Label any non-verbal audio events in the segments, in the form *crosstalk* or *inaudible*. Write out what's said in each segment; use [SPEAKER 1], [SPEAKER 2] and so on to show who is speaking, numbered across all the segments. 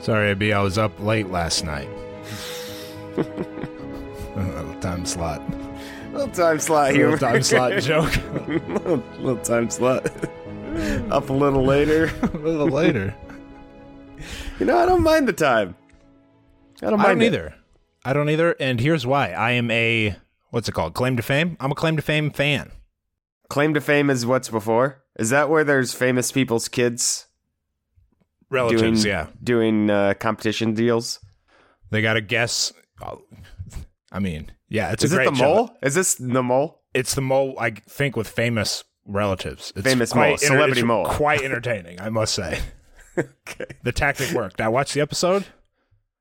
[SPEAKER 1] Sorry, B. I was up late last
[SPEAKER 2] *laughs*
[SPEAKER 1] night. Little time slot.
[SPEAKER 2] Little time slot
[SPEAKER 1] Little
[SPEAKER 2] humor.
[SPEAKER 1] time slot joke.
[SPEAKER 2] *laughs*
[SPEAKER 1] *laughs*
[SPEAKER 2] little, little time slot. Up a little later. *laughs*
[SPEAKER 1] A little later.
[SPEAKER 2] You know, I don't mind the time. I don't mind
[SPEAKER 1] I don't
[SPEAKER 2] it.
[SPEAKER 1] either. I don't either. And here's why. I am a what's it called? Claim to fame. I'm a claim to fame fan.
[SPEAKER 2] Claim to fame is what's before. Is that where there's famous people's kids
[SPEAKER 1] Relatives,
[SPEAKER 2] doing
[SPEAKER 1] yeah.
[SPEAKER 2] doing uh, competition deals?
[SPEAKER 1] They got to guess. oh, I mean, yeah, it's
[SPEAKER 2] Is
[SPEAKER 1] a
[SPEAKER 2] it
[SPEAKER 1] great
[SPEAKER 2] the
[SPEAKER 1] show.
[SPEAKER 2] mole? Is this the mole?
[SPEAKER 1] It's the mole. I think with famous relatives. It's
[SPEAKER 2] Famous
[SPEAKER 1] quite
[SPEAKER 2] mole, celebrity
[SPEAKER 1] it's
[SPEAKER 2] mole. *laughs*
[SPEAKER 1] Quite entertaining, I must say.
[SPEAKER 2] Okay.
[SPEAKER 1] The tactic worked. I watched the episode,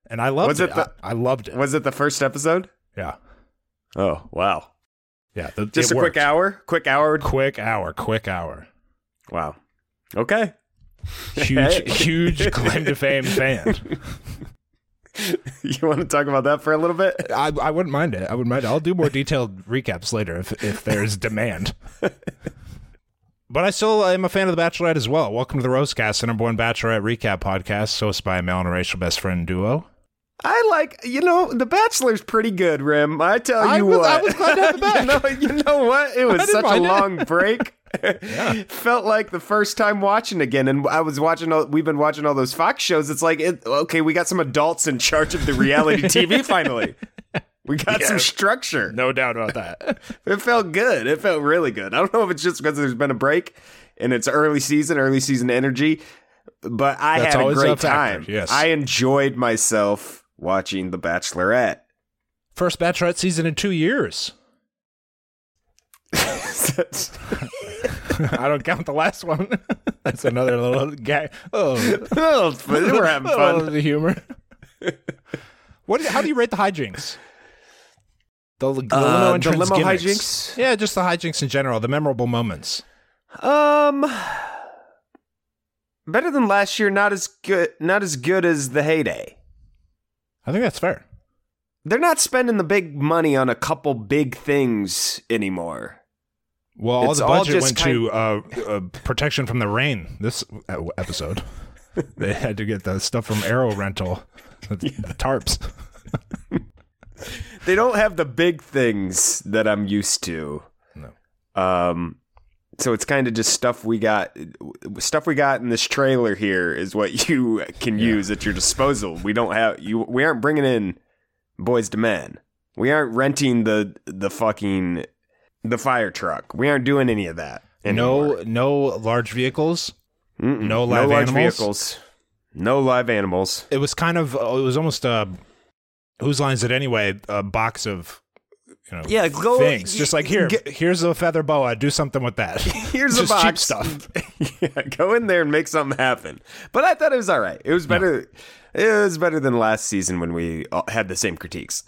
[SPEAKER 1] and I loved
[SPEAKER 2] Was
[SPEAKER 1] it.
[SPEAKER 2] it the-
[SPEAKER 1] I, I loved it.
[SPEAKER 2] Was it the first episode?
[SPEAKER 1] yeah,
[SPEAKER 2] Oh wow!
[SPEAKER 1] yeah. the-
[SPEAKER 2] Just
[SPEAKER 1] it
[SPEAKER 2] a
[SPEAKER 1] worked.
[SPEAKER 2] quick hour. Quick hour.
[SPEAKER 1] Quick hour. Quick hour.
[SPEAKER 2] Wow. Okay.
[SPEAKER 1] Huge, huge claim to fame fan.
[SPEAKER 2] *laughs* You want to talk about that for a little bit?
[SPEAKER 1] I, I wouldn't mind it. I would mind. It. I'll do more detailed recaps later if if there's demand. *laughs* But I still am a fan of The Bachelorette as well. Welcome to the Rosecast, the number one Bachelorette recap podcast, hosted by a male and a racial best friend duo.
[SPEAKER 2] I like, you know, The Bachelor's pretty good, Rim. I tell you
[SPEAKER 1] I was-
[SPEAKER 2] what.
[SPEAKER 1] I was glad to
[SPEAKER 2] *laughs*
[SPEAKER 1] have it back.
[SPEAKER 2] you, know, you know what? It was
[SPEAKER 1] didn't
[SPEAKER 2] such a
[SPEAKER 1] mind it.
[SPEAKER 2] long
[SPEAKER 1] *laughs*
[SPEAKER 2] break. *laughs* Felt like the first time watching again, and I was watching. All, we've been watching all those Fox shows. It's like, it, okay, we got some adults in charge of the reality
[SPEAKER 1] *laughs*
[SPEAKER 2] TV. Finally, we got some structure.
[SPEAKER 1] No doubt about that.
[SPEAKER 2] It felt good. It felt really good. I don't know if it's just because there's been a break and it's early season, early season energy, but I
[SPEAKER 1] That's
[SPEAKER 2] had a
[SPEAKER 1] always
[SPEAKER 2] great
[SPEAKER 1] a factor,
[SPEAKER 2] time.
[SPEAKER 1] yes.
[SPEAKER 2] I enjoyed myself watching The Bachelorette.
[SPEAKER 1] *laughs*
[SPEAKER 2] *laughs*
[SPEAKER 1] First Bachelorette season in two years. *laughs* I don't count the last one. *laughs* That's another little guy. Oh,
[SPEAKER 2] oh, it's fun. we're having
[SPEAKER 1] *laughs* Oh,
[SPEAKER 2] fun.
[SPEAKER 1] the humor. what? How do you rate the hijinks? The, the
[SPEAKER 2] Uh,
[SPEAKER 1] limo
[SPEAKER 2] the
[SPEAKER 1] entrance
[SPEAKER 2] limo
[SPEAKER 1] gimmicks.
[SPEAKER 2] hijinks?
[SPEAKER 1] Yeah, just the hijinks in general. The memorable moments.
[SPEAKER 2] Um, better than last year. Not as good. Not as good as the heyday.
[SPEAKER 1] I think that's fair.
[SPEAKER 2] They're not spending the big money on a couple big things anymore.
[SPEAKER 1] Well, all
[SPEAKER 2] It's
[SPEAKER 1] the
[SPEAKER 2] all
[SPEAKER 1] budget
[SPEAKER 2] just
[SPEAKER 1] went to uh, uh, protection from the rain. This uh, episode, they had to get the stuff from Arrow Rental, the, the tarps.
[SPEAKER 2] they don't have the big things that I'm used to.
[SPEAKER 1] No.
[SPEAKER 2] Um, so it's kind of just stuff we got, stuff we got in this trailer here is what *laughs* you can use at your disposal. We don't have you. We aren't bringing in boys to men. We aren't renting the the fucking the fire truck. We aren't doing any of that.
[SPEAKER 1] No,
[SPEAKER 2] Anymore.
[SPEAKER 1] no large vehicles.
[SPEAKER 2] Mm-mm.
[SPEAKER 1] no live
[SPEAKER 2] large
[SPEAKER 1] animals?
[SPEAKER 2] vehicles. No live animals.
[SPEAKER 1] uh, it was kind of uh, it was almost a whose lines it anyway a box of you know,
[SPEAKER 2] Yeah, go-
[SPEAKER 1] things. Just like here,
[SPEAKER 2] get-
[SPEAKER 1] here's a feather boa. Do something with that.
[SPEAKER 2] *laughs* Here's
[SPEAKER 1] *laughs* just
[SPEAKER 2] a box.
[SPEAKER 1] cheap stuff.
[SPEAKER 2] *laughs* yeah, go in there and make something happen. But I thought it was all right. It was better. It was better than last season when we all had the same critiques.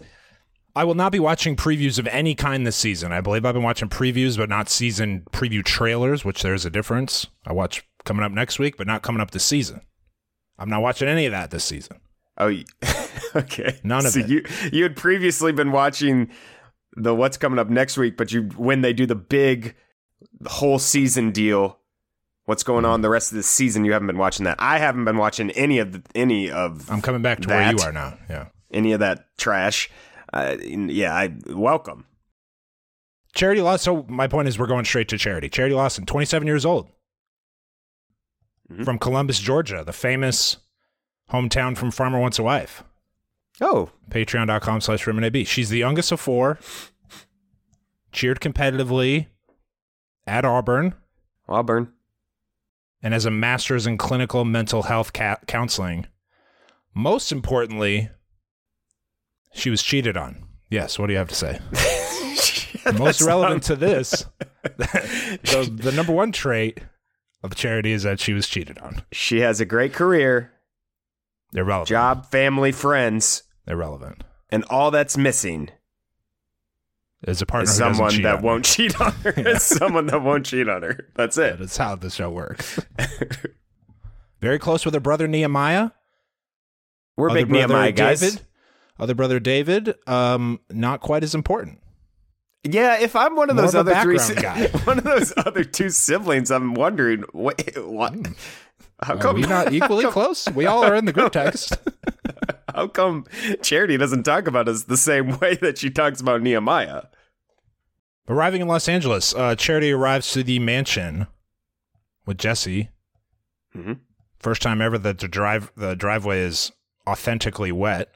[SPEAKER 1] I will not be watching previews of any kind this season. I believe I've been watching previews, but not season preview trailers, which there's a difference. I watch coming up next week, but not coming up this season. I'm not watching any of that this season.
[SPEAKER 2] Oh, you- *laughs* okay.
[SPEAKER 1] None of
[SPEAKER 2] so
[SPEAKER 1] it.
[SPEAKER 2] You you had previously been watching the what's coming up next week, but you when they do the big whole season deal, what's going on the rest of the season? You haven't been watching that. I haven't been watching any of the, any of
[SPEAKER 1] I'm coming back to where
[SPEAKER 2] That.
[SPEAKER 1] you are now. Yeah.
[SPEAKER 2] any of that trash. Uh, yeah, I welcome.
[SPEAKER 1] Charity Loss. So my point is, we're going straight to charity. Charity Lawson, 27 years old, from Columbus, Georgia, the famous hometown from Farmer Wants a Wife.
[SPEAKER 2] Oh,
[SPEAKER 1] Patreon.com slash Rim and AB. She's the youngest of four. Cheered competitively at Auburn
[SPEAKER 2] Auburn.
[SPEAKER 1] and has a master's in clinical mental health ca- counseling. Most importantly, she was cheated on. Yes. What do you have to say?
[SPEAKER 2] *laughs*
[SPEAKER 1] Most relevant to this, *laughs* the, the number one trait of charity is that she was cheated on.
[SPEAKER 2] She has a great career,
[SPEAKER 1] Irrelevant.
[SPEAKER 2] job, family, friends,
[SPEAKER 1] Irrelevant.
[SPEAKER 2] and all that's missing
[SPEAKER 1] Is a partner
[SPEAKER 2] is
[SPEAKER 1] who doesn't
[SPEAKER 2] someone
[SPEAKER 1] cheat
[SPEAKER 2] that
[SPEAKER 1] on
[SPEAKER 2] won't *laughs* cheat on her.
[SPEAKER 1] *laughs*
[SPEAKER 2] Is someone that won't cheat on her. That's
[SPEAKER 1] you.
[SPEAKER 2] it.
[SPEAKER 1] That's how the show
[SPEAKER 2] *laughs*
[SPEAKER 1] works. Very close with her brother Nehemiah.
[SPEAKER 2] We're
[SPEAKER 1] Other
[SPEAKER 2] big
[SPEAKER 1] brother
[SPEAKER 2] Nehemiah guys.
[SPEAKER 1] David. Other brother David, um, not quite as important.
[SPEAKER 2] Yeah, if I'm one of
[SPEAKER 1] More
[SPEAKER 2] those
[SPEAKER 1] of a
[SPEAKER 2] other three,
[SPEAKER 1] background guy.
[SPEAKER 2] *laughs* one of those other two siblings, I'm wondering what. what how
[SPEAKER 1] Are
[SPEAKER 2] come?
[SPEAKER 1] Hmm. we not equally close? We all are in the group text.
[SPEAKER 2] *laughs* How come Charity doesn't talk about us the same way that she talks about Nehemiah?
[SPEAKER 1] Arriving in Los Angeles, uh, Charity arrives to the mansion with Jesse.
[SPEAKER 2] Mhm.
[SPEAKER 1] First time ever that the drive the driveway is authentically wet.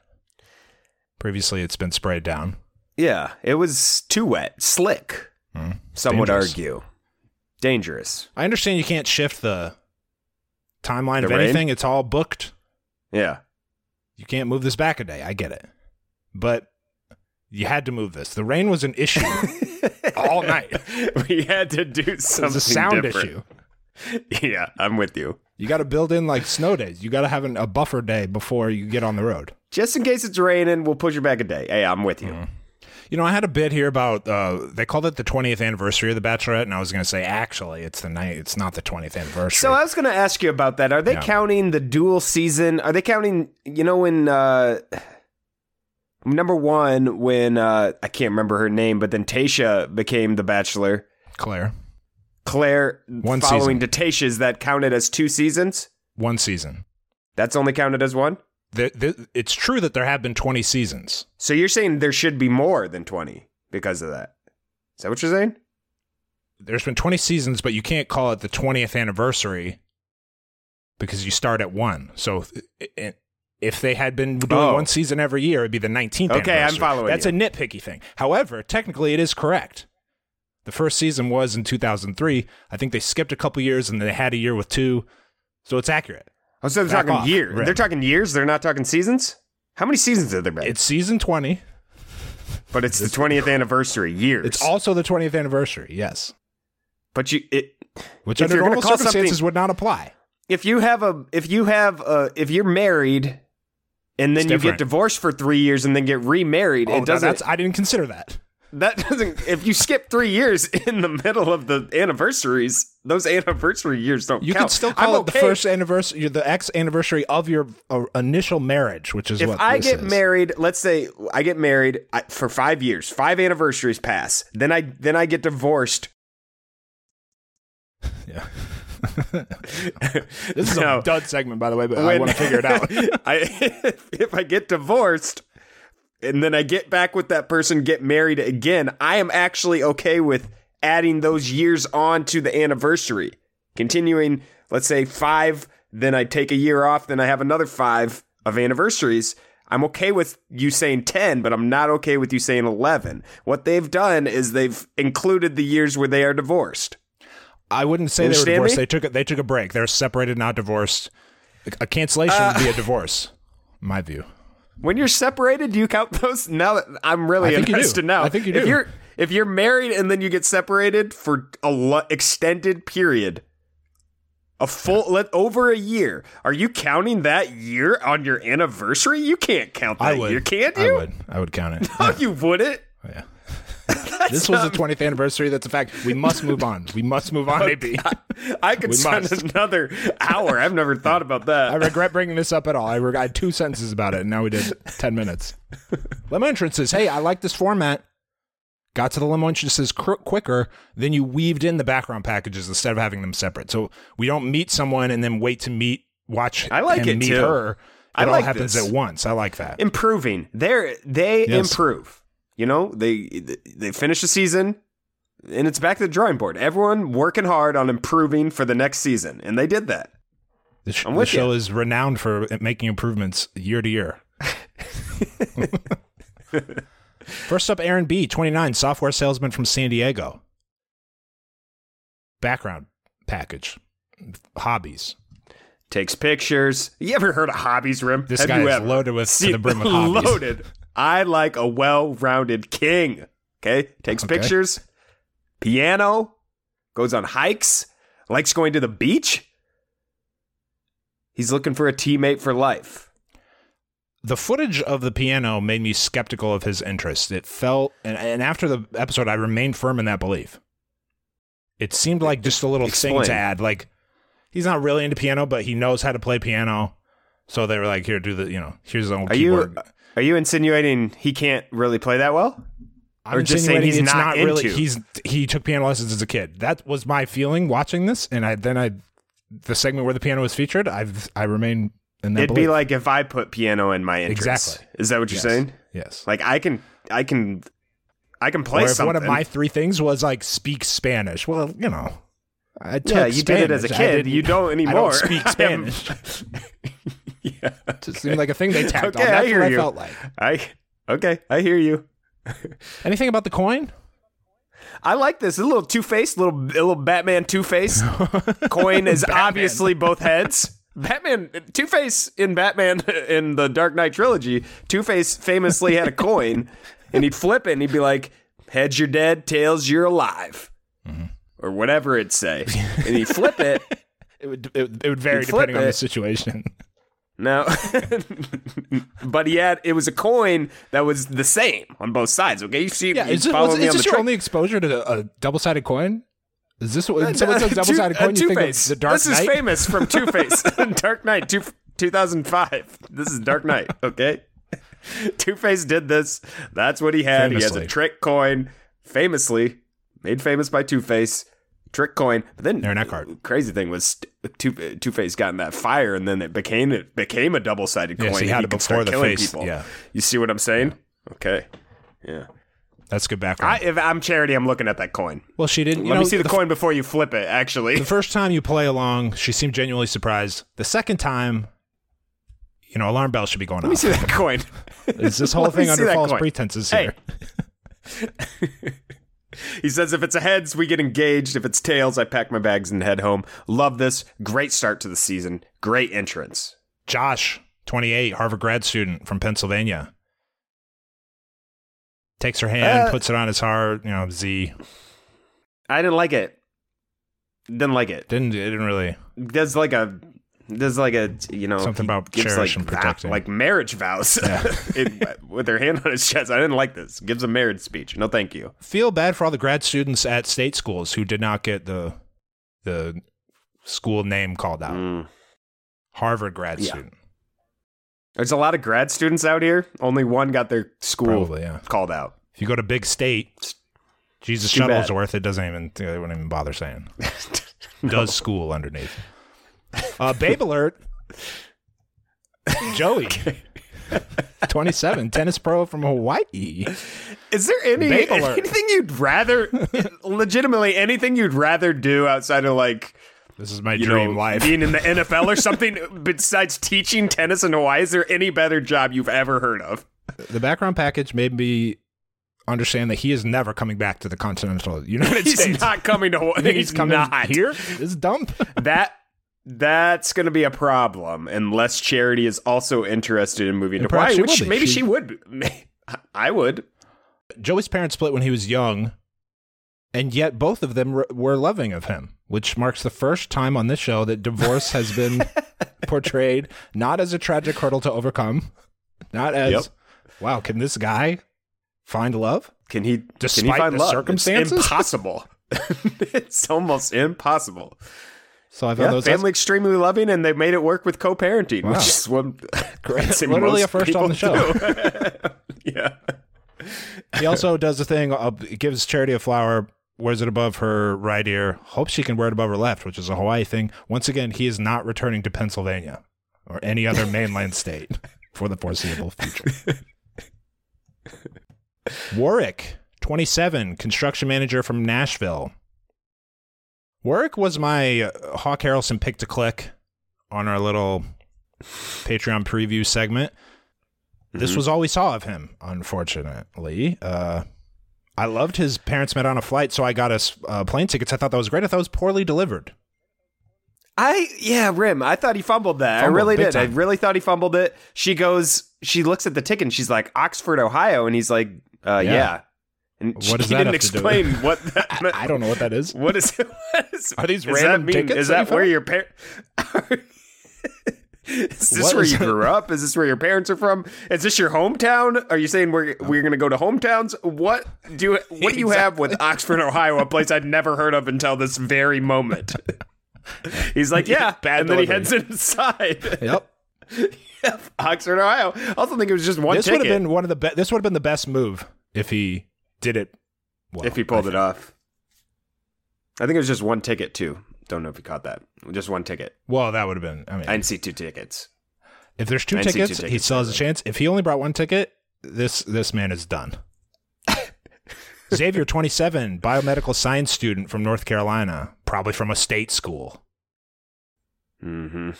[SPEAKER 1] Previously, it's been sprayed down.
[SPEAKER 2] Yeah, it was too wet, slick.
[SPEAKER 1] Mm,
[SPEAKER 2] Some would
[SPEAKER 1] dangerous.
[SPEAKER 2] argue, dangerous.
[SPEAKER 1] I understand you can't shift the timeline
[SPEAKER 2] The
[SPEAKER 1] of
[SPEAKER 2] rain?
[SPEAKER 1] anything. It's all booked.
[SPEAKER 2] Yeah,
[SPEAKER 1] You can't move this back a day. I get it, but you had to move this. The rain was an
[SPEAKER 2] *laughs*
[SPEAKER 1] issue all night. It
[SPEAKER 2] *laughs* we had to do something.
[SPEAKER 1] was a sound
[SPEAKER 2] different.
[SPEAKER 1] issue.
[SPEAKER 2] *laughs* Yeah, I'm with you.
[SPEAKER 1] You got to build in like snow days. You got to have an, a buffer day before you get on the road.
[SPEAKER 2] Just in case it's raining, we'll push it back a day. Hey, I'm with you.
[SPEAKER 1] You know, I had a bit here about uh, they called it the 20th anniversary of The Bachelorette, and I was going to say actually it's the night. It's not the 20th anniversary.
[SPEAKER 2] So I was going to ask you about that. Are they
[SPEAKER 1] Yeah.
[SPEAKER 2] counting the dual season? Are they counting? You know, when uh, number one, when uh, I can't remember her name, but then Tasha became the Bachelor.
[SPEAKER 1] Claire,
[SPEAKER 2] Claire
[SPEAKER 1] One
[SPEAKER 2] following to Tasha's that counted as two seasons.
[SPEAKER 1] one season.
[SPEAKER 2] That's only counted as one.
[SPEAKER 1] The, the, it's true that there have been 20 seasons.
[SPEAKER 2] So you're saying there should be more than twenty because of that? Is that what you're saying?
[SPEAKER 1] There's been 20 seasons, but you can't call it the 20th anniversary because you start at one. So i- i- if they had been doing
[SPEAKER 2] Oh.
[SPEAKER 1] one season every year, it'd be the 19th.
[SPEAKER 2] Okay, I'm
[SPEAKER 1] anniversary.
[SPEAKER 2] following
[SPEAKER 1] That's
[SPEAKER 2] you.
[SPEAKER 1] a nitpicky thing. However, technically, it is correct. The first season was in 2003. I think they skipped a couple years and they had a year with two, so it's accurate.
[SPEAKER 2] Oh, so they're
[SPEAKER 1] Back
[SPEAKER 2] talking
[SPEAKER 1] off,
[SPEAKER 2] years.
[SPEAKER 1] Ren.
[SPEAKER 2] They're talking years. They're not talking seasons. How many seasons have there been?
[SPEAKER 1] It's season 20.
[SPEAKER 2] but it's the twentieth anniversary. Years.
[SPEAKER 1] It's also the 20th anniversary. Yes,
[SPEAKER 2] But you it.
[SPEAKER 1] which
[SPEAKER 2] If
[SPEAKER 1] under
[SPEAKER 2] you're gonna
[SPEAKER 1] normal
[SPEAKER 2] call something-
[SPEAKER 1] circumstances would not apply.
[SPEAKER 2] if you have a if you have a if you're married and then
[SPEAKER 1] It's
[SPEAKER 2] you
[SPEAKER 1] different.
[SPEAKER 2] get divorced for three years and then get remarried,
[SPEAKER 1] Oh,
[SPEAKER 2] it doesn't.
[SPEAKER 1] That's, I didn't consider that.
[SPEAKER 2] that doesn't. If you skip three years *laughs* in the middle of the anniversaries, those anniversary years don't
[SPEAKER 1] You
[SPEAKER 2] count.
[SPEAKER 1] could still
[SPEAKER 2] I'm
[SPEAKER 1] call it
[SPEAKER 2] okay
[SPEAKER 1] the first anniversary, the ex anniversary of your uh, initial marriage, which is
[SPEAKER 2] If
[SPEAKER 1] what
[SPEAKER 2] I
[SPEAKER 1] this
[SPEAKER 2] get
[SPEAKER 1] is.
[SPEAKER 2] married, let's say I get married I, for five years, five anniversaries pass. Then I then I get divorced.
[SPEAKER 1] Yeah. this is
[SPEAKER 2] No.
[SPEAKER 1] a dud segment, by the way, but I
[SPEAKER 2] When-
[SPEAKER 1] want to figure it out.
[SPEAKER 2] *laughs* I, if, if I get divorced and then I get back with that person, get married again, I am actually okay with adding those years on to the anniversary. Continuing, let's say five, then I take a year off, then I have another five of anniversaries. I'm okay with you saying 10, but I'm not okay with you saying 11. What they've done is they've included the years where they are divorced.
[SPEAKER 1] I wouldn't say they were
[SPEAKER 2] Understand
[SPEAKER 1] divorced.
[SPEAKER 2] me?
[SPEAKER 1] They took a, they took a
[SPEAKER 2] Uh.
[SPEAKER 1] break. They're separated, not divorced. A cancellation would be a divorce, in my view.
[SPEAKER 2] When you're separated, do you count those? Now that I'm
[SPEAKER 1] I
[SPEAKER 2] really
[SPEAKER 1] think you do.
[SPEAKER 2] interested now.
[SPEAKER 1] I think you
[SPEAKER 2] If
[SPEAKER 1] do.
[SPEAKER 2] you're if you're married and then you get separated for a lo- extended period, a full let over a year, are you counting that year on your anniversary? You can't count that
[SPEAKER 1] I would.
[SPEAKER 2] year, can't
[SPEAKER 1] I
[SPEAKER 2] you?
[SPEAKER 1] would. I would count
[SPEAKER 2] *laughs*
[SPEAKER 1] it.
[SPEAKER 2] No, you wouldn't.
[SPEAKER 1] Yeah. this was the
[SPEAKER 2] *laughs*
[SPEAKER 1] 20th anniversary. That's a fact. We must move on. We must move on, *laughs* baby.
[SPEAKER 2] I could
[SPEAKER 1] We
[SPEAKER 2] spend
[SPEAKER 1] must.
[SPEAKER 2] another hour. I've never thought about that.
[SPEAKER 1] I regret bringing this up at all. I reg- I had two sentences about it, and now we did 10 minutes. Limo entrance says, Hey, I like this format. Got to the limo entrances cr- quicker. Then you weaved in the background packages instead of having them separate. So we don't meet someone and then wait to meet, watch,
[SPEAKER 2] I like
[SPEAKER 1] and
[SPEAKER 2] it,
[SPEAKER 1] meet
[SPEAKER 2] too.
[SPEAKER 1] her. It
[SPEAKER 2] I
[SPEAKER 1] all
[SPEAKER 2] like
[SPEAKER 1] happens
[SPEAKER 2] this.
[SPEAKER 1] at once. I like that.
[SPEAKER 2] improving. They're they
[SPEAKER 1] Yes.
[SPEAKER 2] improve. You know, they they finish the season and it's back to the drawing board. Everyone working hard on improving for the next season, and they did that.
[SPEAKER 1] The, sh-
[SPEAKER 2] I'm
[SPEAKER 1] the
[SPEAKER 2] with
[SPEAKER 1] show is renowned for making improvements year to
[SPEAKER 2] *laughs*
[SPEAKER 1] year. First up, Aaron B, 29, software salesman from San Diego. Background package, hobbies.
[SPEAKER 2] Takes pictures. You ever heard of hobbies, Rim?
[SPEAKER 1] This
[SPEAKER 2] Have
[SPEAKER 1] guy
[SPEAKER 2] *laughs* you
[SPEAKER 1] is
[SPEAKER 2] ever?
[SPEAKER 1] loaded with to
[SPEAKER 2] See,
[SPEAKER 1] the brim with hobbies.
[SPEAKER 2] Loaded. I like a well-rounded king. Okay, takes
[SPEAKER 1] Okay.
[SPEAKER 2] pictures. Piano. Goes on hikes. Likes going to the beach. He's looking for a teammate for life.
[SPEAKER 1] The footage of the piano made me skeptical of his interest. It felt, and, and after the episode, I remained firm in that belief. It seemed like just a little thing
[SPEAKER 2] Explain.
[SPEAKER 1] to add. Like, he's not really into piano, but he knows how to play piano. So they were like, here, do the, you know, here's the old
[SPEAKER 2] Are you
[SPEAKER 1] keyboard.
[SPEAKER 2] are you insinuating he can't really play that well?
[SPEAKER 1] I'm
[SPEAKER 2] or just saying
[SPEAKER 1] insinuating
[SPEAKER 2] he's
[SPEAKER 1] it's
[SPEAKER 2] not
[SPEAKER 1] really
[SPEAKER 2] into?
[SPEAKER 1] he's he took piano lessons as a kid. That was my feeling watching this, and I then I the segment where the piano was featured. I've I remain in that.
[SPEAKER 2] It'd be
[SPEAKER 1] belief.
[SPEAKER 2] like if I put piano in my entrance.
[SPEAKER 1] Exactly.
[SPEAKER 2] Is that what you're
[SPEAKER 1] Yes.
[SPEAKER 2] saying?
[SPEAKER 1] yes.
[SPEAKER 2] Like I can, I can, I can
[SPEAKER 1] or
[SPEAKER 2] play
[SPEAKER 1] if
[SPEAKER 2] something.
[SPEAKER 1] one of my three things was like speak Spanish. Well, you know, I took
[SPEAKER 2] yeah, you did it as a
[SPEAKER 1] Spanish. I
[SPEAKER 2] kid.
[SPEAKER 1] didn't-
[SPEAKER 2] You don't
[SPEAKER 1] I don't
[SPEAKER 2] anymore.
[SPEAKER 1] speak *laughs*
[SPEAKER 2] I'm-
[SPEAKER 1] Spanish.
[SPEAKER 2] yeah.
[SPEAKER 1] It seemed like a thing they tacked
[SPEAKER 2] Okay,
[SPEAKER 1] on.
[SPEAKER 2] I
[SPEAKER 1] That's
[SPEAKER 2] hear
[SPEAKER 1] what
[SPEAKER 2] you.
[SPEAKER 1] I felt like.
[SPEAKER 2] I okay. I hear you.
[SPEAKER 1] Anything about the coin?
[SPEAKER 2] I like this. A little two faced, little a little Batman
[SPEAKER 1] *laughs*
[SPEAKER 2] two face. Coin is obviously both heads. Batman Two Face in Batman *laughs* in the Dark Knight trilogy. Two Face famously had
[SPEAKER 1] *laughs*
[SPEAKER 2] a coin, and he'd flip it and he'd be like, "Heads you're dead, tails you're alive,"
[SPEAKER 1] Mm-hmm.
[SPEAKER 2] or whatever it'd say. And he'd
[SPEAKER 1] *laughs*
[SPEAKER 2] flip it.
[SPEAKER 1] It would it, would- it would vary
[SPEAKER 2] You'd flip
[SPEAKER 1] depending on the
[SPEAKER 2] it.
[SPEAKER 1] situation.
[SPEAKER 2] No, *laughs* but he had it was a coin that was the same on both sides. Okay, you see,
[SPEAKER 1] *laughs* Yeah,
[SPEAKER 2] you
[SPEAKER 1] is this,
[SPEAKER 2] follow
[SPEAKER 1] was,
[SPEAKER 2] me
[SPEAKER 1] is
[SPEAKER 2] on the
[SPEAKER 1] this your
[SPEAKER 2] trick.
[SPEAKER 1] only exposure to a, double sided coin? Is this
[SPEAKER 2] *laughs*
[SPEAKER 1] when someone says
[SPEAKER 2] Uh, Two-
[SPEAKER 1] double sided
[SPEAKER 2] uh,
[SPEAKER 1] coin? You think of
[SPEAKER 2] Two-Face.
[SPEAKER 1] the Dark
[SPEAKER 2] This
[SPEAKER 1] Knight?
[SPEAKER 2] is famous
[SPEAKER 1] *laughs*
[SPEAKER 2] from Two Face, *laughs* Dark Knight, two, 2005. This is Dark Knight. Okay, *laughs* Two Face did this. That's what he had. He has
[SPEAKER 1] Famously.
[SPEAKER 2] a trick coin, famously made famous by Two Face. Trick coin, but then
[SPEAKER 1] Aaron Eckhart.
[SPEAKER 2] Crazy thing was Two Two Face got in that fire, and then it became it became a double sided coin.
[SPEAKER 1] Yes, he
[SPEAKER 2] and
[SPEAKER 1] had it
[SPEAKER 2] could
[SPEAKER 1] before
[SPEAKER 2] start
[SPEAKER 1] the
[SPEAKER 2] killing
[SPEAKER 1] face,
[SPEAKER 2] People.
[SPEAKER 1] yeah.
[SPEAKER 2] you see what I'm saying? Okay, yeah.
[SPEAKER 1] That's good
[SPEAKER 2] I,
[SPEAKER 1] background.
[SPEAKER 2] if I'm charity, I'm looking at that coin.
[SPEAKER 1] well, she didn't. You
[SPEAKER 2] Let
[SPEAKER 1] know,
[SPEAKER 2] me see the,
[SPEAKER 1] the,
[SPEAKER 2] coin before you flip it. Actually,
[SPEAKER 1] *laughs* the first time you play along, she seemed genuinely surprised. The second time, you know, alarm bells should be going
[SPEAKER 2] Let me
[SPEAKER 1] off.
[SPEAKER 2] see that coin.
[SPEAKER 1] Is
[SPEAKER 2] *laughs*
[SPEAKER 1] this whole
[SPEAKER 2] Let
[SPEAKER 1] thing
[SPEAKER 2] me see
[SPEAKER 1] under
[SPEAKER 2] that
[SPEAKER 1] false
[SPEAKER 2] coin.
[SPEAKER 1] pretenses
[SPEAKER 2] Hey.
[SPEAKER 1] here?
[SPEAKER 2] He says, if it's a heads, we get engaged. If it's tails, I pack my bags and head home. Love this. Great start to the season. Great entrance.
[SPEAKER 1] Josh, 28, Harvard grad student from Pennsylvania, takes her hand,
[SPEAKER 2] Uh,
[SPEAKER 1] puts it on his heart. You know, Z
[SPEAKER 2] I didn't like it. Didn't like it.
[SPEAKER 1] didn't it didn't really.
[SPEAKER 2] There's like a. There's like a you know
[SPEAKER 1] Something
[SPEAKER 2] he
[SPEAKER 1] about
[SPEAKER 2] gives
[SPEAKER 1] cherish
[SPEAKER 2] like
[SPEAKER 1] and
[SPEAKER 2] vow-
[SPEAKER 1] protecting.
[SPEAKER 2] like marriage vows *laughs* It- with her hand on his chest. I didn't like this. Gives a marriage speech. No, thank you.
[SPEAKER 1] feel bad for all the grad students at state schools who did not get the the school name called out.
[SPEAKER 2] Mm.
[SPEAKER 1] Harvard grad
[SPEAKER 2] Yeah.
[SPEAKER 1] student.
[SPEAKER 2] There's a lot of grad students out here. Only one got their school
[SPEAKER 1] Probably, yeah.
[SPEAKER 2] called out.
[SPEAKER 1] If you go to big state, Jesus
[SPEAKER 2] too bad.
[SPEAKER 1] Shuttlesworth, it doesn't even they wouldn't even bother
[SPEAKER 2] *laughs*
[SPEAKER 1] saying. Does school underneath. Uh Babe Alert.
[SPEAKER 2] *laughs*
[SPEAKER 1] Joey. 27, tennis pro from Hawaii.
[SPEAKER 2] Is there any
[SPEAKER 1] Babe alert.
[SPEAKER 2] anything you'd *laughs* rather legitimately anything you'd rather do outside of like
[SPEAKER 1] This is my
[SPEAKER 2] you
[SPEAKER 1] dream
[SPEAKER 2] know
[SPEAKER 1] life.
[SPEAKER 2] being in the NFL or something besides teaching tennis in Hawaii? Is there any better job you've ever heard *laughs* of?
[SPEAKER 1] the background package made me understand that he is never coming back to the
[SPEAKER 2] *laughs*
[SPEAKER 1] continental United *laughs*
[SPEAKER 2] He's
[SPEAKER 1] States.
[SPEAKER 2] *laughs* not coming to Hawaii.
[SPEAKER 1] You think he's coming
[SPEAKER 2] not
[SPEAKER 1] here. This dump.
[SPEAKER 2] That That's going to be a problem unless Charity is also interested in moving
[SPEAKER 1] And
[SPEAKER 2] to
[SPEAKER 1] perhaps
[SPEAKER 2] Hawaii.
[SPEAKER 1] she
[SPEAKER 2] Which
[SPEAKER 1] will be.
[SPEAKER 2] maybe
[SPEAKER 1] She-
[SPEAKER 2] she, would. be. *laughs* I would.
[SPEAKER 1] Joey's parents split when he was young, and yet both of them were, were loving of him, which marks the first time on this show that divorce has been portrayed not as a tragic hurdle to overcome, not as
[SPEAKER 2] Yep.
[SPEAKER 1] wow, can this guy find love?
[SPEAKER 2] Can he? can
[SPEAKER 1] Despite
[SPEAKER 2] he find
[SPEAKER 1] the
[SPEAKER 2] love?
[SPEAKER 1] circumstances?
[SPEAKER 2] it's impossible. *laughs* it's almost impossible.
[SPEAKER 1] So I thought
[SPEAKER 2] Yeah,
[SPEAKER 1] that was
[SPEAKER 2] family extremely loving, and they made it work with co-parenting,
[SPEAKER 1] Wow. *laughs*
[SPEAKER 2] which is what
[SPEAKER 1] Great.
[SPEAKER 2] I'd say
[SPEAKER 1] Literally
[SPEAKER 2] most
[SPEAKER 1] a first on the
[SPEAKER 2] people
[SPEAKER 1] show.
[SPEAKER 2] do. *laughs* yeah,
[SPEAKER 1] He also does the thing, uh, gives Charity a flower, wears it above her right ear, hopes she can wear it above her left, which is a Hawaii thing. Once again, he is not returning to Pennsylvania or any other mainland state for the foreseeable future. Warwick, 27, construction manager from Nashville. Warwick was my uh, Hawk Harrelson pick to click on our little Patreon preview segment.
[SPEAKER 2] Mm-hmm.
[SPEAKER 1] This was all we saw of him, unfortunately. Uh, I loved his parents met on a flight, so I got us uh, plane tickets. I thought that was great. I thought it was poorly delivered.
[SPEAKER 2] I yeah, Rim. I thought he fumbled that.
[SPEAKER 1] Fumbled,
[SPEAKER 2] I really
[SPEAKER 1] big
[SPEAKER 2] did. I
[SPEAKER 1] time.
[SPEAKER 2] really thought he fumbled it. She goes. She looks at the ticket and she's like, "Oxford, Ohio," and he's like,
[SPEAKER 1] Yeah.
[SPEAKER 2] uh, "Yeah." And
[SPEAKER 1] What
[SPEAKER 2] she
[SPEAKER 1] does that
[SPEAKER 2] didn't
[SPEAKER 1] have to do with
[SPEAKER 2] explain what that
[SPEAKER 1] I, *laughs*
[SPEAKER 2] meant.
[SPEAKER 1] I don't know what that
[SPEAKER 2] *laughs*
[SPEAKER 1] is.
[SPEAKER 2] What is, what is
[SPEAKER 1] Are these
[SPEAKER 2] does
[SPEAKER 1] random
[SPEAKER 2] that mean,
[SPEAKER 1] tickets
[SPEAKER 2] Is
[SPEAKER 1] that you
[SPEAKER 2] that where
[SPEAKER 1] found?
[SPEAKER 2] your parents? *laughs* is this
[SPEAKER 1] What
[SPEAKER 2] where
[SPEAKER 1] is
[SPEAKER 2] you
[SPEAKER 1] it?
[SPEAKER 2] grew up? Is this where your parents are from? Is this your hometown? Are you saying we're we're going to go to hometowns? What do you, what do you have with Oxford, Ohio, a place I'd never heard of until this
[SPEAKER 1] *laughs*
[SPEAKER 2] very moment? He's like, yeah,
[SPEAKER 1] Bad
[SPEAKER 2] and then he heads
[SPEAKER 1] delivery.
[SPEAKER 2] inside *laughs*
[SPEAKER 1] Yep.
[SPEAKER 2] Oxford, Ohio. I also think it was just one
[SPEAKER 1] this
[SPEAKER 2] ticket
[SPEAKER 1] would have been one of the be- this would have been the best move if he did it. Well,
[SPEAKER 2] if he pulled it off. I think it was just one ticket too. Don't know if he caught that. Just one ticket.
[SPEAKER 1] well, that would have been. I mean,
[SPEAKER 2] I didn't see two tickets.
[SPEAKER 1] if there's two
[SPEAKER 2] I didn't see two
[SPEAKER 1] tickets, he
[SPEAKER 2] tickets,
[SPEAKER 1] still has a chance. If he only brought one ticket, this this man is
[SPEAKER 2] *laughs*
[SPEAKER 1] done. Xavier, 27, biomedical science student from North Carolina, probably from a state school.
[SPEAKER 2] Mm-hmm.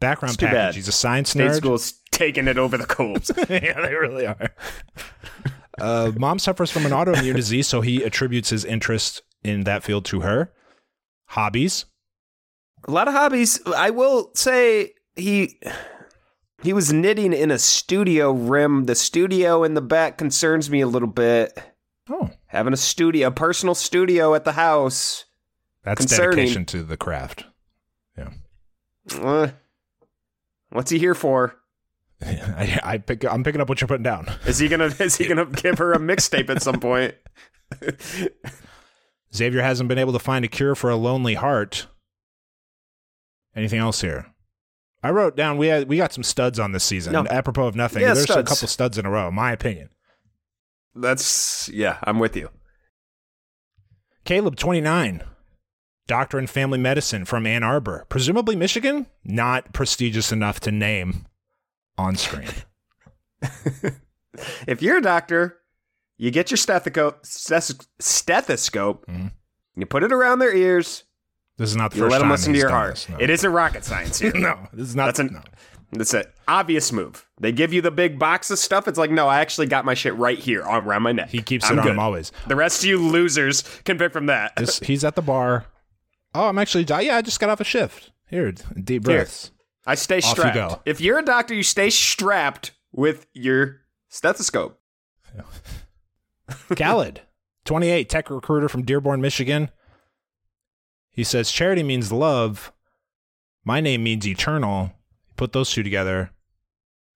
[SPEAKER 1] Background
[SPEAKER 2] It's too
[SPEAKER 1] package.
[SPEAKER 2] bad.
[SPEAKER 1] He's a science
[SPEAKER 2] State
[SPEAKER 1] nerd.
[SPEAKER 2] school's taking it over the coals.
[SPEAKER 1] yeah, they really are. *laughs* Uh, mom suffers from an autoimmune disease, so he attributes his interest in that field to her. Hobbies.
[SPEAKER 2] *laughs* a lot of hobbies. I will say he he was knitting in a studio rim. The studio in the back concerns me a little bit.
[SPEAKER 1] Oh,
[SPEAKER 2] Having a studio, a personal studio at the house.
[SPEAKER 1] that's
[SPEAKER 2] Concerning.
[SPEAKER 1] dedication to the craft. *laughs*
[SPEAKER 2] Uh, what's he here for?
[SPEAKER 1] I, I pick, I'm picking up what you're putting down.
[SPEAKER 2] Is he gonna is he gonna give her a mixtape at some point?
[SPEAKER 1] Xavier hasn't been able to find a cure for a lonely heart. Anything else here? I wrote down we had, we got some studs on this season.
[SPEAKER 2] No.
[SPEAKER 1] Apropos of nothing,
[SPEAKER 2] Yeah,
[SPEAKER 1] there's a
[SPEAKER 2] studs.
[SPEAKER 1] couple studs in a row, in my opinion.
[SPEAKER 2] That's yeah. I'm with you.
[SPEAKER 1] Caleb, 29, doctor in family medicine from Ann Arbor, presumably Michigan, not prestigious enough to name on
[SPEAKER 2] *laughs*
[SPEAKER 1] screen.
[SPEAKER 2] If you're a doctor, you get your stethoscope, steth- stethoscope,
[SPEAKER 1] Mhm.
[SPEAKER 2] you put it around their ears,
[SPEAKER 1] This is not the
[SPEAKER 2] you
[SPEAKER 1] first
[SPEAKER 2] let them
[SPEAKER 1] time
[SPEAKER 2] listen to
[SPEAKER 1] he's
[SPEAKER 2] your
[SPEAKER 1] done
[SPEAKER 2] heart.
[SPEAKER 1] this, no.
[SPEAKER 2] It isn't rocket science here.
[SPEAKER 1] *laughs* no, this is not.
[SPEAKER 2] That's an-
[SPEAKER 1] no.
[SPEAKER 2] That's an obvious move. They give you the big box of stuff. It's like, no, I actually got my shit right here around my neck.
[SPEAKER 1] He keeps it
[SPEAKER 2] I'm
[SPEAKER 1] on
[SPEAKER 2] good.
[SPEAKER 1] him always.
[SPEAKER 2] The rest of you losers can pick from that.
[SPEAKER 1] This, he's at the bar. Oh, I'm actually. Yeah, I just got off a shift. Here, deep breaths.
[SPEAKER 2] *laughs* I stay
[SPEAKER 1] you
[SPEAKER 2] strapped.
[SPEAKER 1] go.
[SPEAKER 2] If you're a doctor, you stay strapped with your stethoscope. *laughs*
[SPEAKER 1] Khaled, 28, tech recruiter from Dearborn, Michigan. He says, Charity means love. My name means eternal. Put those two together.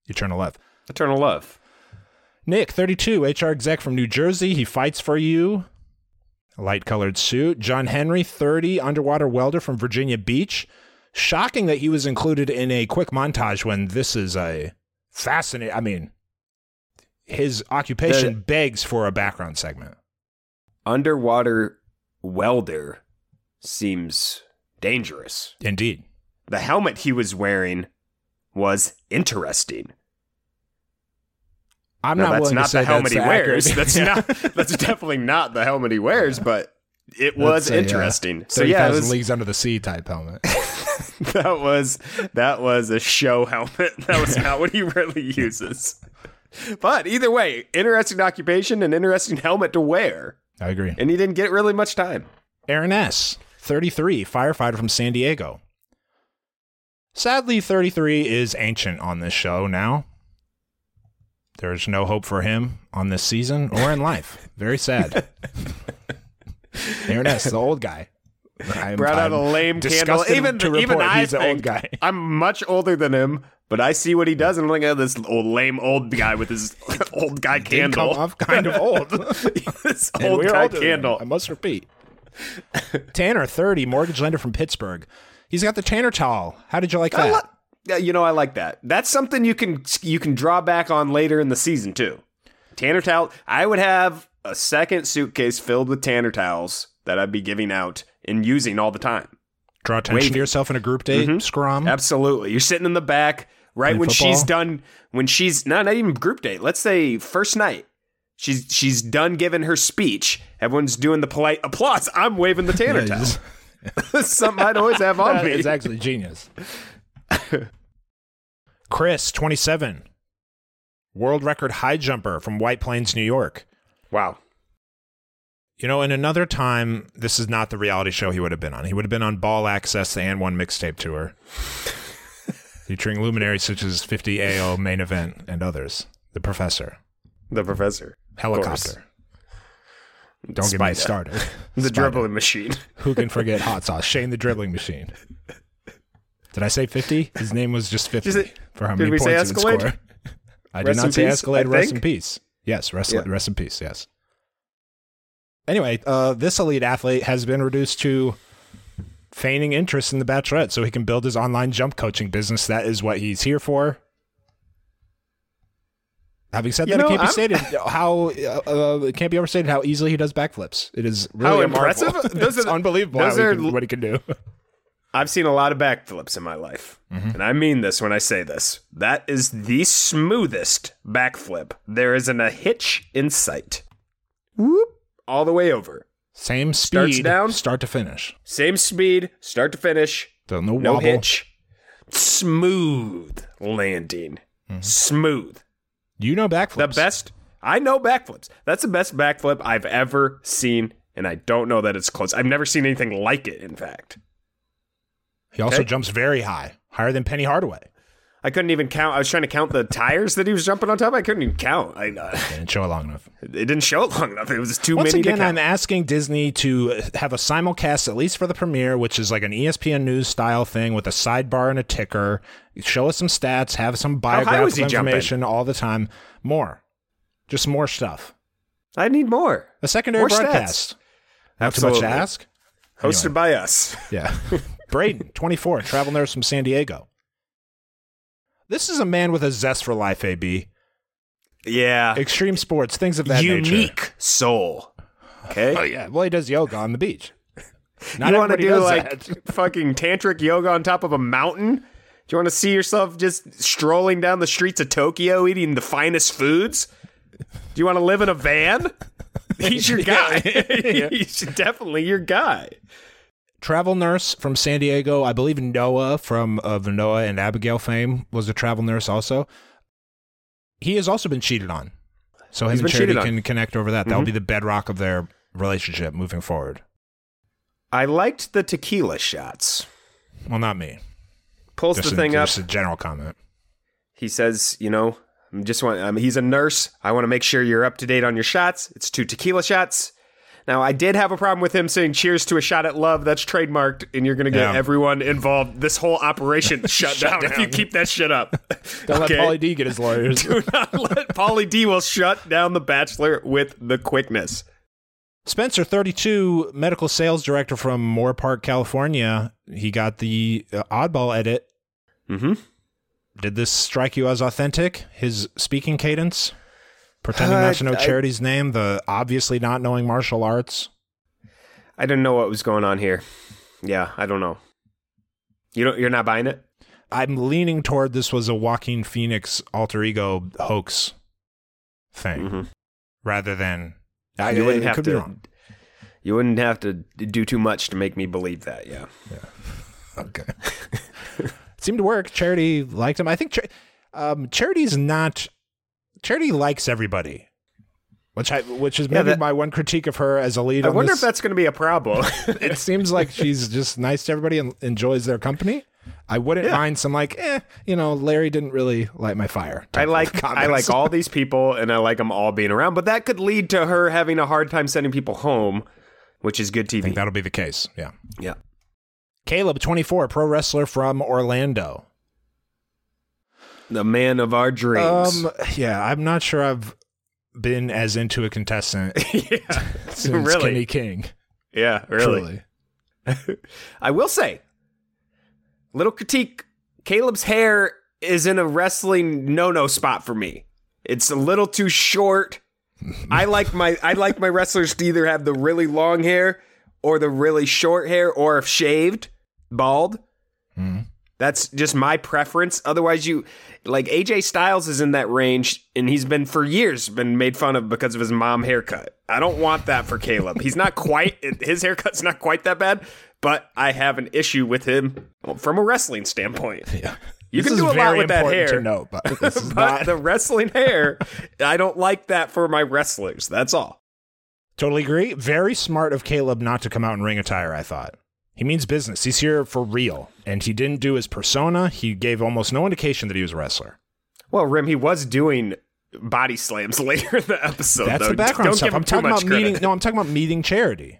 [SPEAKER 1] Eternal love.
[SPEAKER 2] Eternal love.
[SPEAKER 1] Nick, 32, HR exec from New Jersey. He fights for you. Light colored suit. John Henry, 30, underwater welder from Virginia Beach. Shocking that he was included in a quick montage when this is a fascinating. I mean, his occupation
[SPEAKER 2] The-
[SPEAKER 1] begs for a background segment.
[SPEAKER 2] Underwater welder seems dangerous.
[SPEAKER 1] Indeed.
[SPEAKER 2] The helmet he was wearing was interesting.
[SPEAKER 1] I'm
[SPEAKER 2] No,
[SPEAKER 1] not
[SPEAKER 2] that's
[SPEAKER 1] willing
[SPEAKER 2] not
[SPEAKER 1] to say
[SPEAKER 2] the helmet
[SPEAKER 1] that's
[SPEAKER 2] he
[SPEAKER 1] accurate. *laughs*
[SPEAKER 2] wears. That's
[SPEAKER 1] Yeah.
[SPEAKER 2] not. That's definitely not the helmet he wears. But it was
[SPEAKER 1] That's a, uh,
[SPEAKER 2] interesting. so yeah, it
[SPEAKER 1] 30,000
[SPEAKER 2] was-
[SPEAKER 1] leagues under the sea type helmet.
[SPEAKER 2] *laughs* that was that was a show helmet. That was not what he really uses. But either way, interesting occupation and interesting helmet to wear.
[SPEAKER 1] I agree.
[SPEAKER 2] And he didn't get really much time.
[SPEAKER 1] Aaron S, 33, firefighter from San Diego. Sadly, 33 is ancient on this show now. There's no hope for him on this season or in life. Very sad. Aaron S., the old guy. I'm-
[SPEAKER 2] Brought
[SPEAKER 1] I'm
[SPEAKER 2] out a lame candle.
[SPEAKER 1] disgusted
[SPEAKER 2] Even
[SPEAKER 1] to
[SPEAKER 2] even
[SPEAKER 1] report
[SPEAKER 2] I
[SPEAKER 1] he's
[SPEAKER 2] think
[SPEAKER 1] the old guy. *laughs*
[SPEAKER 2] I'm much older than him, but I see what he does, and I'm like, oh, this old lame old guy with his *laughs* old guy
[SPEAKER 1] Did come
[SPEAKER 2] candle. *laughs*
[SPEAKER 1] off kind of old. *laughs*
[SPEAKER 2] this
[SPEAKER 1] And
[SPEAKER 2] old
[SPEAKER 1] we're
[SPEAKER 2] guy
[SPEAKER 1] older than him,
[SPEAKER 2] candle.
[SPEAKER 1] I must repeat. Tanner, 30, mortgage lender from Pittsburgh. He's got the Tanner towel. How did you like
[SPEAKER 2] I
[SPEAKER 1] that?
[SPEAKER 2] li- Yeah, you know, I like that. That's something you can you can draw back on later in the season too. Tanner towel. I would have a second suitcase filled with Tanner towels that I'd be giving out and using all the time.
[SPEAKER 1] Draw attention
[SPEAKER 2] Wavy. Mm-hmm.
[SPEAKER 1] to yourself in a group date, scrum.
[SPEAKER 2] Absolutely. You're sitting in the back right
[SPEAKER 1] Playing
[SPEAKER 2] when
[SPEAKER 1] Um, football?
[SPEAKER 2] she's done when she's no, not even group date. Let's say first night. She's she's done giving her speech. Everyone's doing the polite applause. I'm waving
[SPEAKER 1] *laughs*
[SPEAKER 2] the Tanner towel.
[SPEAKER 1] Nice.
[SPEAKER 2] *laughs* Something I'd always have
[SPEAKER 1] *laughs*
[SPEAKER 2] on
[SPEAKER 1] That
[SPEAKER 2] me. *laughs*
[SPEAKER 1] is actually genius. Chris, 27, world record high jumper from White Plains, New York.
[SPEAKER 2] Wow.
[SPEAKER 1] You know, in another time, this is not the reality show he would have been on. He would have been on Ball Access, the And One mixtape
[SPEAKER 2] *laughs*
[SPEAKER 1] tour, featuring luminaries such as 50 AO, Main Event, and others. The Professor,
[SPEAKER 2] The professor.
[SPEAKER 1] Helicopter. Don't get me
[SPEAKER 2] Spider.
[SPEAKER 1] started.
[SPEAKER 2] *laughs* The
[SPEAKER 1] Spider.
[SPEAKER 2] dribbling machine.
[SPEAKER 1] Who can forget hot sauce? Shane the dribbling machine. Did I say 50? His name was just 50
[SPEAKER 2] Is it-
[SPEAKER 1] for how
[SPEAKER 2] did
[SPEAKER 1] many
[SPEAKER 2] we
[SPEAKER 1] points
[SPEAKER 2] say
[SPEAKER 1] he
[SPEAKER 2] Escalade?
[SPEAKER 1] would score. I did
[SPEAKER 2] Rest in
[SPEAKER 1] not say
[SPEAKER 2] peace,
[SPEAKER 1] Escalade.
[SPEAKER 2] I
[SPEAKER 1] Rest in
[SPEAKER 2] think.
[SPEAKER 1] peace. Yes, rest,
[SPEAKER 2] Yeah.
[SPEAKER 1] rest in peace. Yes. Anyway, uh, this elite athlete has been reduced to feigning interest in the bachelorette so he can build his online jump coaching business. That is what he's here for. Having said
[SPEAKER 2] You
[SPEAKER 1] that,
[SPEAKER 2] know,
[SPEAKER 1] it can't be
[SPEAKER 2] I'm-
[SPEAKER 1] stated how uh, uh, it can't be overstated how easily he does backflips. It is really
[SPEAKER 2] How
[SPEAKER 1] a marvel.
[SPEAKER 2] *laughs* impressive? Those
[SPEAKER 1] it's
[SPEAKER 2] are-
[SPEAKER 1] unbelievable
[SPEAKER 2] those
[SPEAKER 1] how he
[SPEAKER 2] are
[SPEAKER 1] can-
[SPEAKER 2] l-
[SPEAKER 1] what he can *laughs* do.
[SPEAKER 2] I've seen a lot of backflips in my life. And I mean this when I say this. That is the smoothest backflip. There isn't a hitch in sight. Whoop. All the way over.
[SPEAKER 1] Same speed,
[SPEAKER 2] Starts down.
[SPEAKER 1] start to finish.
[SPEAKER 2] Same speed, start to finish.
[SPEAKER 1] So no,
[SPEAKER 2] No
[SPEAKER 1] wobble.
[SPEAKER 2] hitch. Smooth landing. Smooth.
[SPEAKER 1] You know backflips.
[SPEAKER 2] The best. I know backflips. That's the best backflip I've ever seen. And I don't know that it's close. I've never seen anything like it, in fact.
[SPEAKER 1] He also
[SPEAKER 2] Okay.
[SPEAKER 1] jumps very high, higher than Penny Hardaway.
[SPEAKER 2] I couldn't even count. I was trying to count the tires that he was jumping on top. of. I couldn't even count. I, uh,
[SPEAKER 1] Didn't show it long enough.
[SPEAKER 2] it didn't show it long enough. It was too
[SPEAKER 1] Once
[SPEAKER 2] many.
[SPEAKER 1] again,
[SPEAKER 2] to
[SPEAKER 1] I'm
[SPEAKER 2] count.
[SPEAKER 1] asking Disney to have a simulcast, at least for the premiere, which is like an E ESPN News style thing with a sidebar and a ticker. Show us some stats, have some
[SPEAKER 2] high was
[SPEAKER 1] biographical
[SPEAKER 2] he jumping?
[SPEAKER 1] information all the time. More, just more stuff.
[SPEAKER 2] I need more.
[SPEAKER 1] A secondary
[SPEAKER 2] More stats.
[SPEAKER 1] broadcast. Not too much to ask.
[SPEAKER 2] Hosted
[SPEAKER 1] Anyway.
[SPEAKER 2] by us.
[SPEAKER 1] Yeah. *laughs* Braden, 24, travel nurse from San Diego. This is a man with a zest for life, AB.
[SPEAKER 2] Yeah.
[SPEAKER 1] Extreme sports, things of that
[SPEAKER 2] Uh, Unique
[SPEAKER 1] nature.
[SPEAKER 2] soul. Okay.
[SPEAKER 1] Oh, yeah. Well, he does yoga on the
[SPEAKER 2] *laughs*
[SPEAKER 1] beach. Not
[SPEAKER 2] you want to
[SPEAKER 1] everybody
[SPEAKER 2] do
[SPEAKER 1] does
[SPEAKER 2] like
[SPEAKER 1] that. *laughs*
[SPEAKER 2] fucking tantric yoga on top of a mountain? Do you want to see yourself just strolling down the streets of Tokyo eating the finest foods? Do you want to live in a van?
[SPEAKER 1] *laughs*
[SPEAKER 2] He's your guy. *laughs* He's definitely your guy.
[SPEAKER 1] Travel nurse from San Diego. I believe Noah from of Noah and Abigail fame was a travel nurse also. He has also been cheated on. So him
[SPEAKER 2] He's
[SPEAKER 1] and
[SPEAKER 2] been
[SPEAKER 1] Charity
[SPEAKER 2] cheated on. Mm-hmm.
[SPEAKER 1] can connect over that. That'll be the bedrock of their relationship moving forward.
[SPEAKER 2] I liked the tequila shots.
[SPEAKER 1] Well, not me.
[SPEAKER 2] Pulls
[SPEAKER 1] Just
[SPEAKER 2] the
[SPEAKER 1] a-
[SPEAKER 2] thing up.
[SPEAKER 1] just a general comment.
[SPEAKER 2] He says, you know, I'm just want. Um, he's a nurse. I want to make sure you're up to date on your shots. It's two tequila shots. Now, I did have a problem with him saying "Cheers to a shot at love." That's trademarked, and you're going to get
[SPEAKER 1] Yeah.
[SPEAKER 2] everyone involved. This whole *laughs* operation shut, down, if you keep that shit up.
[SPEAKER 1] *laughs* Don't
[SPEAKER 2] Okay?
[SPEAKER 1] let Paulie D get his *laughs* lawyers.
[SPEAKER 2] *laughs* Do not let Pauly D will shut down the Bachelor with the quickness.
[SPEAKER 1] Spencer, 32, medical sales director from Moore Park, California. He got the uh, oddball edit.
[SPEAKER 2] Mm-hmm.
[SPEAKER 1] Did this strike you as authentic? His speaking cadence, pretending
[SPEAKER 2] Uh,
[SPEAKER 1] not to know
[SPEAKER 2] I-
[SPEAKER 1] Charity's name, the obviously not knowing martial arts.
[SPEAKER 2] I didn't know what was going on here. Yeah, I don't know. You don't. You're not buying it.
[SPEAKER 1] I'm leaning toward this was a Joaquin Phoenix alter ego hoax thing
[SPEAKER 2] Mhm.
[SPEAKER 1] rather than.
[SPEAKER 2] you
[SPEAKER 1] it
[SPEAKER 2] wouldn't have
[SPEAKER 1] could
[SPEAKER 2] to.
[SPEAKER 1] be wrong.
[SPEAKER 2] You wouldn't have to do too much to make me believe that. Yeah.
[SPEAKER 1] Okay. it *laughs* seemed to work. Charity liked him. I think Char- um, Charity's not. Charity likes everybody, which I which is maybe
[SPEAKER 2] that-
[SPEAKER 1] my one critique of her as a lead.
[SPEAKER 2] I
[SPEAKER 1] on
[SPEAKER 2] wonder
[SPEAKER 1] this. *laughs*
[SPEAKER 2] if that's going to be a problem.
[SPEAKER 1] it seems like she's just nice to everybody and enjoys their company. I wouldn't mind some like, eh, you know, Larry didn't really light my fire.
[SPEAKER 2] I
[SPEAKER 1] type of
[SPEAKER 2] like I
[SPEAKER 1] comments.
[SPEAKER 2] like all these people and I like them all being around, but that could lead to her having a hard time sending people home, which is good
[SPEAKER 1] I think
[SPEAKER 2] TV.
[SPEAKER 1] that'll be the case. Yeah.
[SPEAKER 2] Yeah.
[SPEAKER 1] Caleb, 24, pro wrestler from Orlando.
[SPEAKER 2] The man of our dreams.
[SPEAKER 1] Um, yeah, I'm not sure I've been as into a contestant
[SPEAKER 2] *laughs* yeah.
[SPEAKER 1] since
[SPEAKER 2] Really?
[SPEAKER 1] Kenny King.
[SPEAKER 2] Yeah, really.
[SPEAKER 1] Truly.
[SPEAKER 2] I will say, little critique. Caleb's hair is in a wrestling no-no spot for me. It's a little too short. I like my I like my wrestlers to either have the really long hair or the really short hair, or if shaved, bald. That's just my preference. Otherwise, you like AJ Styles is in that range, and he's been for years been made fun of because of his mom haircut. I don't want that for Caleb. He's not quite *laughs* his haircut's not quite that bad, but I have an issue with him from a wrestling *laughs* standpoint.
[SPEAKER 1] Yeah.
[SPEAKER 2] You
[SPEAKER 1] This
[SPEAKER 2] can
[SPEAKER 1] is
[SPEAKER 2] do a lot
[SPEAKER 1] very
[SPEAKER 2] with that
[SPEAKER 1] important
[SPEAKER 2] hair.
[SPEAKER 1] To know,
[SPEAKER 2] *laughs*
[SPEAKER 1] but this is
[SPEAKER 2] but
[SPEAKER 1] not
[SPEAKER 2] the wrestling hair, I don't like that for my wrestlers. That's all.
[SPEAKER 1] Totally agree. Very smart of Caleb not to come out in ring attire, I thought. He means business. He's here for real. And he didn't do his persona. He gave almost no indication that he was a wrestler.
[SPEAKER 2] Well, Rim, he was doing body slams *laughs* later in the episode.
[SPEAKER 1] That's
[SPEAKER 2] though.
[SPEAKER 1] the background
[SPEAKER 2] Don't
[SPEAKER 1] stuff.
[SPEAKER 2] Give him
[SPEAKER 1] I'm
[SPEAKER 2] too
[SPEAKER 1] talking
[SPEAKER 2] much
[SPEAKER 1] about
[SPEAKER 2] credit.
[SPEAKER 1] meeting no, I'm talking about meeting charity.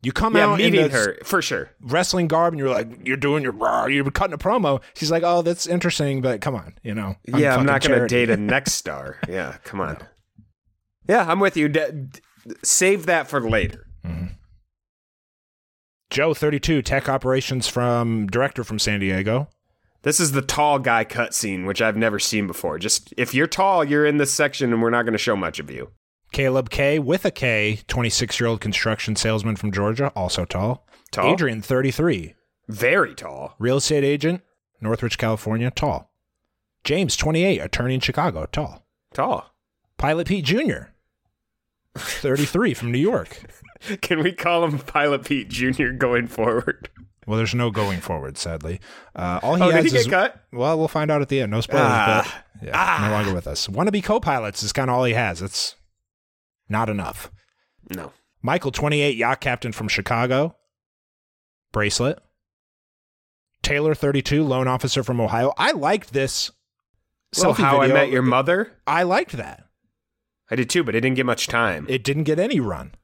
[SPEAKER 1] You come
[SPEAKER 2] Yeah,
[SPEAKER 1] out in
[SPEAKER 2] meeting
[SPEAKER 1] the
[SPEAKER 2] her for sure.
[SPEAKER 1] wrestling garb and you're like, you're doing your rah, you're cutting a promo. She's like, Oh, that's interesting, but come on, you know.
[SPEAKER 2] yeah,
[SPEAKER 1] fucking
[SPEAKER 2] I'm not going to
[SPEAKER 1] charity.
[SPEAKER 2] *laughs* date a next star. Yeah, come on. Yeah, I'm with you. D- d- save that for later.
[SPEAKER 1] Joe thirty two, tech operations from director from San Diego.
[SPEAKER 2] This is the tall guy cutscene, which I've never seen before. Just if you're tall, you're in this section, and we're not going to show much of you.
[SPEAKER 1] Caleb K with a K, 26 year old construction salesman from Georgia, also tall.
[SPEAKER 2] Tall?
[SPEAKER 1] Adrian, 33,
[SPEAKER 2] Very tall.
[SPEAKER 1] real estate agent, Northridge, California, tall. James, 28, attorney in Chicago, tall.
[SPEAKER 2] Tall. *laughs*
[SPEAKER 1] Pilot Pete Jr., 33, from New York.
[SPEAKER 2] Can we call him Pilot Pete Jr. going forward?
[SPEAKER 1] Well, there's no going forward, sadly. Uh, all he
[SPEAKER 2] Oh,
[SPEAKER 1] has
[SPEAKER 2] did he
[SPEAKER 1] is,
[SPEAKER 2] get cut?
[SPEAKER 1] Well, we'll find out at the end. No spoilers,
[SPEAKER 2] Ah.
[SPEAKER 1] but yeah, no longer with us. Wannabe co-pilots is kind of all he has. It's not enough.
[SPEAKER 2] No.
[SPEAKER 1] Michael, 28, yacht captain from Chicago. Bracelet. Taylor, 32, loan officer from Ohio. I liked this
[SPEAKER 2] So
[SPEAKER 1] selfie
[SPEAKER 2] how
[SPEAKER 1] video.
[SPEAKER 2] I met your mother.
[SPEAKER 1] I liked that.
[SPEAKER 2] I did too, but it didn't get much time.
[SPEAKER 1] It didn't get any run.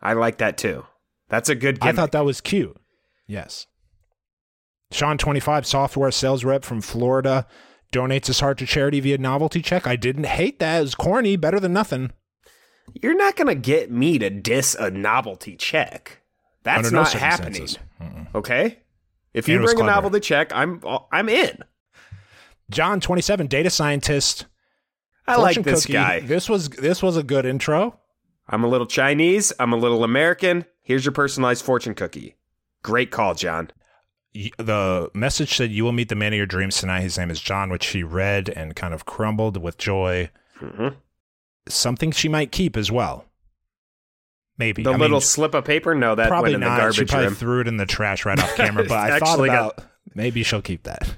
[SPEAKER 2] I like that too. That's a good.
[SPEAKER 1] I
[SPEAKER 2] Gimmick.
[SPEAKER 1] thought that was cute. Yes. Sean, 25, software sales rep from Florida, donates his heart to charity via novelty check. I didn't hate that. It was corny, better than nothing.
[SPEAKER 2] You're not going to get me to diss a novelty check. That's
[SPEAKER 1] Under no
[SPEAKER 2] not happening.
[SPEAKER 1] circumstances. Mm-mm.
[SPEAKER 2] Okay? If
[SPEAKER 1] And
[SPEAKER 2] you
[SPEAKER 1] it was
[SPEAKER 2] bring a
[SPEAKER 1] clever.
[SPEAKER 2] novelty check, I'm I'm in.
[SPEAKER 1] John, 27, data scientist.
[SPEAKER 2] I like
[SPEAKER 1] fortune
[SPEAKER 2] this
[SPEAKER 1] cookie.
[SPEAKER 2] guy.
[SPEAKER 1] This was this was a good intro.
[SPEAKER 2] I'm a little Chinese, I'm a little American. Here's your personalized fortune cookie. Great call, John.
[SPEAKER 1] y- the message said you will meet the man of your dreams tonight his name is john which she read and kind of crumbled with joy
[SPEAKER 2] Mhm.
[SPEAKER 1] something she might keep as well maybe
[SPEAKER 2] The
[SPEAKER 1] I mean,
[SPEAKER 2] little slip of paper? No, that
[SPEAKER 1] probably
[SPEAKER 2] went in
[SPEAKER 1] not
[SPEAKER 2] the
[SPEAKER 1] she
[SPEAKER 2] garbage
[SPEAKER 1] probably
[SPEAKER 2] room.
[SPEAKER 1] threw it in the trash right
[SPEAKER 2] *laughs*
[SPEAKER 1] off camera but i thought
[SPEAKER 2] Actually got-
[SPEAKER 1] about maybe she'll keep that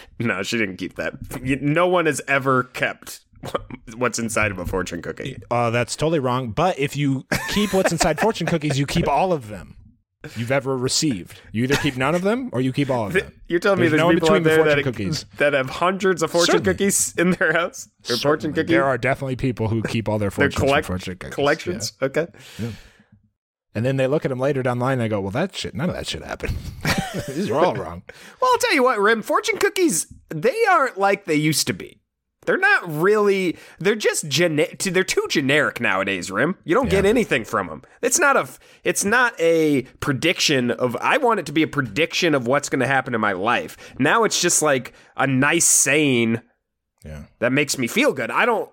[SPEAKER 2] *laughs* no, she didn't keep that. You- No one has ever kept *laughs* what's inside of a fortune cookie.
[SPEAKER 1] uh, that's totally wrong but if you keep
[SPEAKER 2] *laughs*
[SPEAKER 1] what's inside fortune cookies you keep all of them you've ever received you either keep none of them or you keep all of them
[SPEAKER 2] You're telling
[SPEAKER 1] There's
[SPEAKER 2] me there's
[SPEAKER 1] no in
[SPEAKER 2] people
[SPEAKER 1] between
[SPEAKER 2] out
[SPEAKER 1] the
[SPEAKER 2] there that,
[SPEAKER 1] fortune cookies.
[SPEAKER 2] *laughs* that have hundreds of fortune
[SPEAKER 1] Certainly.
[SPEAKER 2] cookies in their house? Or fortune
[SPEAKER 1] Certainly,
[SPEAKER 2] cookies?
[SPEAKER 1] there are definitely people who keep all their
[SPEAKER 2] They're
[SPEAKER 1] fortunes from
[SPEAKER 2] collect-
[SPEAKER 1] fortune cookies.
[SPEAKER 2] collections. Okay.
[SPEAKER 1] And then they look at him later down the line and I go, well, that shit, none of that shit happened. *laughs* These are all
[SPEAKER 2] *laughs*
[SPEAKER 1] wrong.
[SPEAKER 2] Well, I'll tell you what, Rim, fortune cookies, they aren't like they used to be. They're not really, they're just generic. They're too generic nowadays, Rim. You don't get
[SPEAKER 1] Yeah.
[SPEAKER 2] anything from them. It's not a, f- it's not a prediction of, I want it to be a prediction of what's going to happen in my life. Now it's just like a nice saying
[SPEAKER 1] Yeah.
[SPEAKER 2] that makes me feel good. I don't,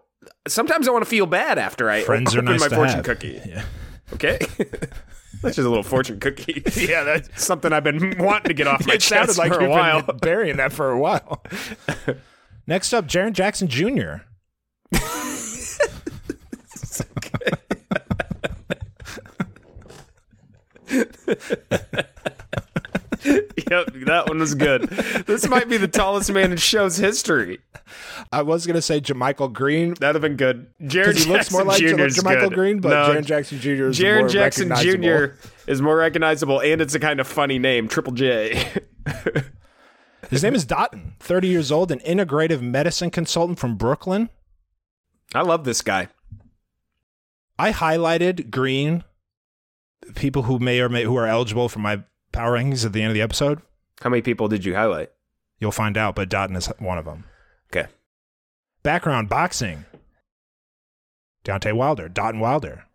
[SPEAKER 2] sometimes I want to feel bad after I
[SPEAKER 1] Friends are
[SPEAKER 2] open
[SPEAKER 1] nice
[SPEAKER 2] my
[SPEAKER 1] to
[SPEAKER 2] fortune
[SPEAKER 1] have.
[SPEAKER 2] cookie.
[SPEAKER 1] *laughs* Yeah.
[SPEAKER 2] Okay. *laughs* That's just a little
[SPEAKER 1] *laughs*
[SPEAKER 2] fortune cookie. yeah, that's something I've been wanting to get off my
[SPEAKER 1] It sounded
[SPEAKER 2] chest
[SPEAKER 1] like
[SPEAKER 2] for
[SPEAKER 1] you've
[SPEAKER 2] a while.
[SPEAKER 1] been *laughs* burying that for a
[SPEAKER 2] *laughs*
[SPEAKER 1] while. Next up, Jaron Jackson Jr.
[SPEAKER 2] yep, that one was good. This might be the tallest man in show's history.
[SPEAKER 1] I was going to say Jamichael Green.
[SPEAKER 2] That'd have been good. Jared
[SPEAKER 1] Because he looks more like
[SPEAKER 2] Jackson Jr.
[SPEAKER 1] Jamichael
[SPEAKER 2] 's good.
[SPEAKER 1] Green, but
[SPEAKER 2] no,
[SPEAKER 1] Jaren Jackson Jr. is
[SPEAKER 2] Jaren
[SPEAKER 1] more
[SPEAKER 2] Jackson
[SPEAKER 1] recognizable.
[SPEAKER 2] Jr. is more recognizable, and it's a kind of funny name, Triple J.
[SPEAKER 1] His name is Dotton, 30 years old, an integrative medicine consultant from Brooklyn.
[SPEAKER 2] *laughs* I love this guy.
[SPEAKER 1] I highlighted green people who may or may who are eligible for my power rankings at the end of the episode.
[SPEAKER 2] How many people did you highlight?
[SPEAKER 1] You'll find out, but Dotton is one of them.
[SPEAKER 2] Okay.
[SPEAKER 1] Background boxing. Deontay Wilder, Dotton
[SPEAKER 2] *laughs*
[SPEAKER 1] Wilder.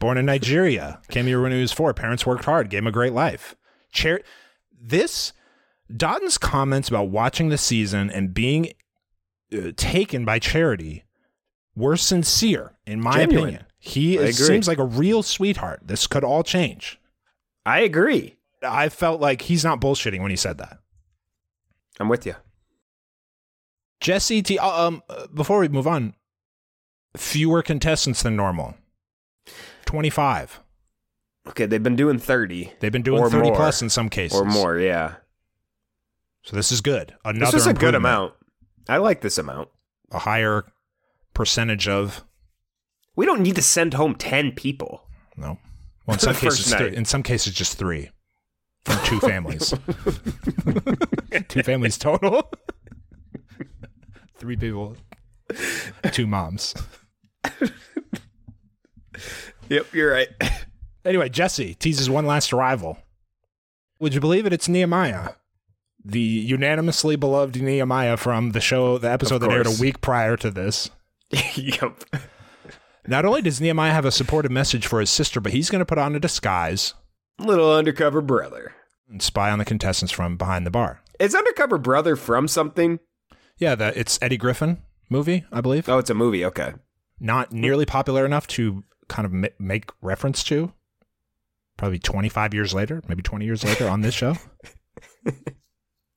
[SPEAKER 1] Born in Nigeria, came here when he was four. Parents worked hard, gave him a great life. Chair, this Dotton's comments about watching the season and being uh, taken by charity were sincere, in my
[SPEAKER 2] Genuine.
[SPEAKER 1] opinion. He
[SPEAKER 2] I
[SPEAKER 1] is,
[SPEAKER 2] agree.
[SPEAKER 1] seems like a real sweetheart. This could all change.
[SPEAKER 2] I agree.
[SPEAKER 1] I felt like he's not bullshitting when he said that.
[SPEAKER 2] I'm with you.
[SPEAKER 1] Jesse T. uh, Um, uh, before we move on, fewer contestants than normal. Twenty-five.
[SPEAKER 2] Okay, they've been doing 30.
[SPEAKER 1] They've been doing
[SPEAKER 2] Or
[SPEAKER 1] thirty
[SPEAKER 2] more.
[SPEAKER 1] plus in some cases,
[SPEAKER 2] or more, yeah.
[SPEAKER 1] So this is good. Another
[SPEAKER 2] this is a good
[SPEAKER 1] improvement.
[SPEAKER 2] amount. I like this amount.
[SPEAKER 1] A higher percentage of
[SPEAKER 2] We don't need to send home 10 people.
[SPEAKER 1] no.
[SPEAKER 2] *laughs*
[SPEAKER 1] Well, in
[SPEAKER 2] For
[SPEAKER 1] some
[SPEAKER 2] the first
[SPEAKER 1] cases, th-
[SPEAKER 2] night.
[SPEAKER 1] in some cases, just three from
[SPEAKER 2] *laughs*
[SPEAKER 1] two families. two families total. *laughs* three people. Two moms.
[SPEAKER 2] Yep, you're right. *laughs*
[SPEAKER 1] Anyway, Jesse teases one last arrival. Would you believe it? It's Nehemiah, the unanimously beloved Nehemiah from the show, the episode that aired a
[SPEAKER 2] course.
[SPEAKER 1] week prior to this.
[SPEAKER 2] yep.
[SPEAKER 1] Not only does Nehemiah have a supportive message for his sister, but he's going to put on a disguise
[SPEAKER 2] Little undercover brother.
[SPEAKER 1] and spy on the contestants from behind the bar.
[SPEAKER 2] Is undercover brother from something?
[SPEAKER 1] Yeah, the, it's Eddie Griffin movie, I believe.
[SPEAKER 2] Oh, it's a movie. Okay.
[SPEAKER 1] Not nearly popular enough to kind of ma- make reference to. Probably 25 years later, maybe 20 years later on this show.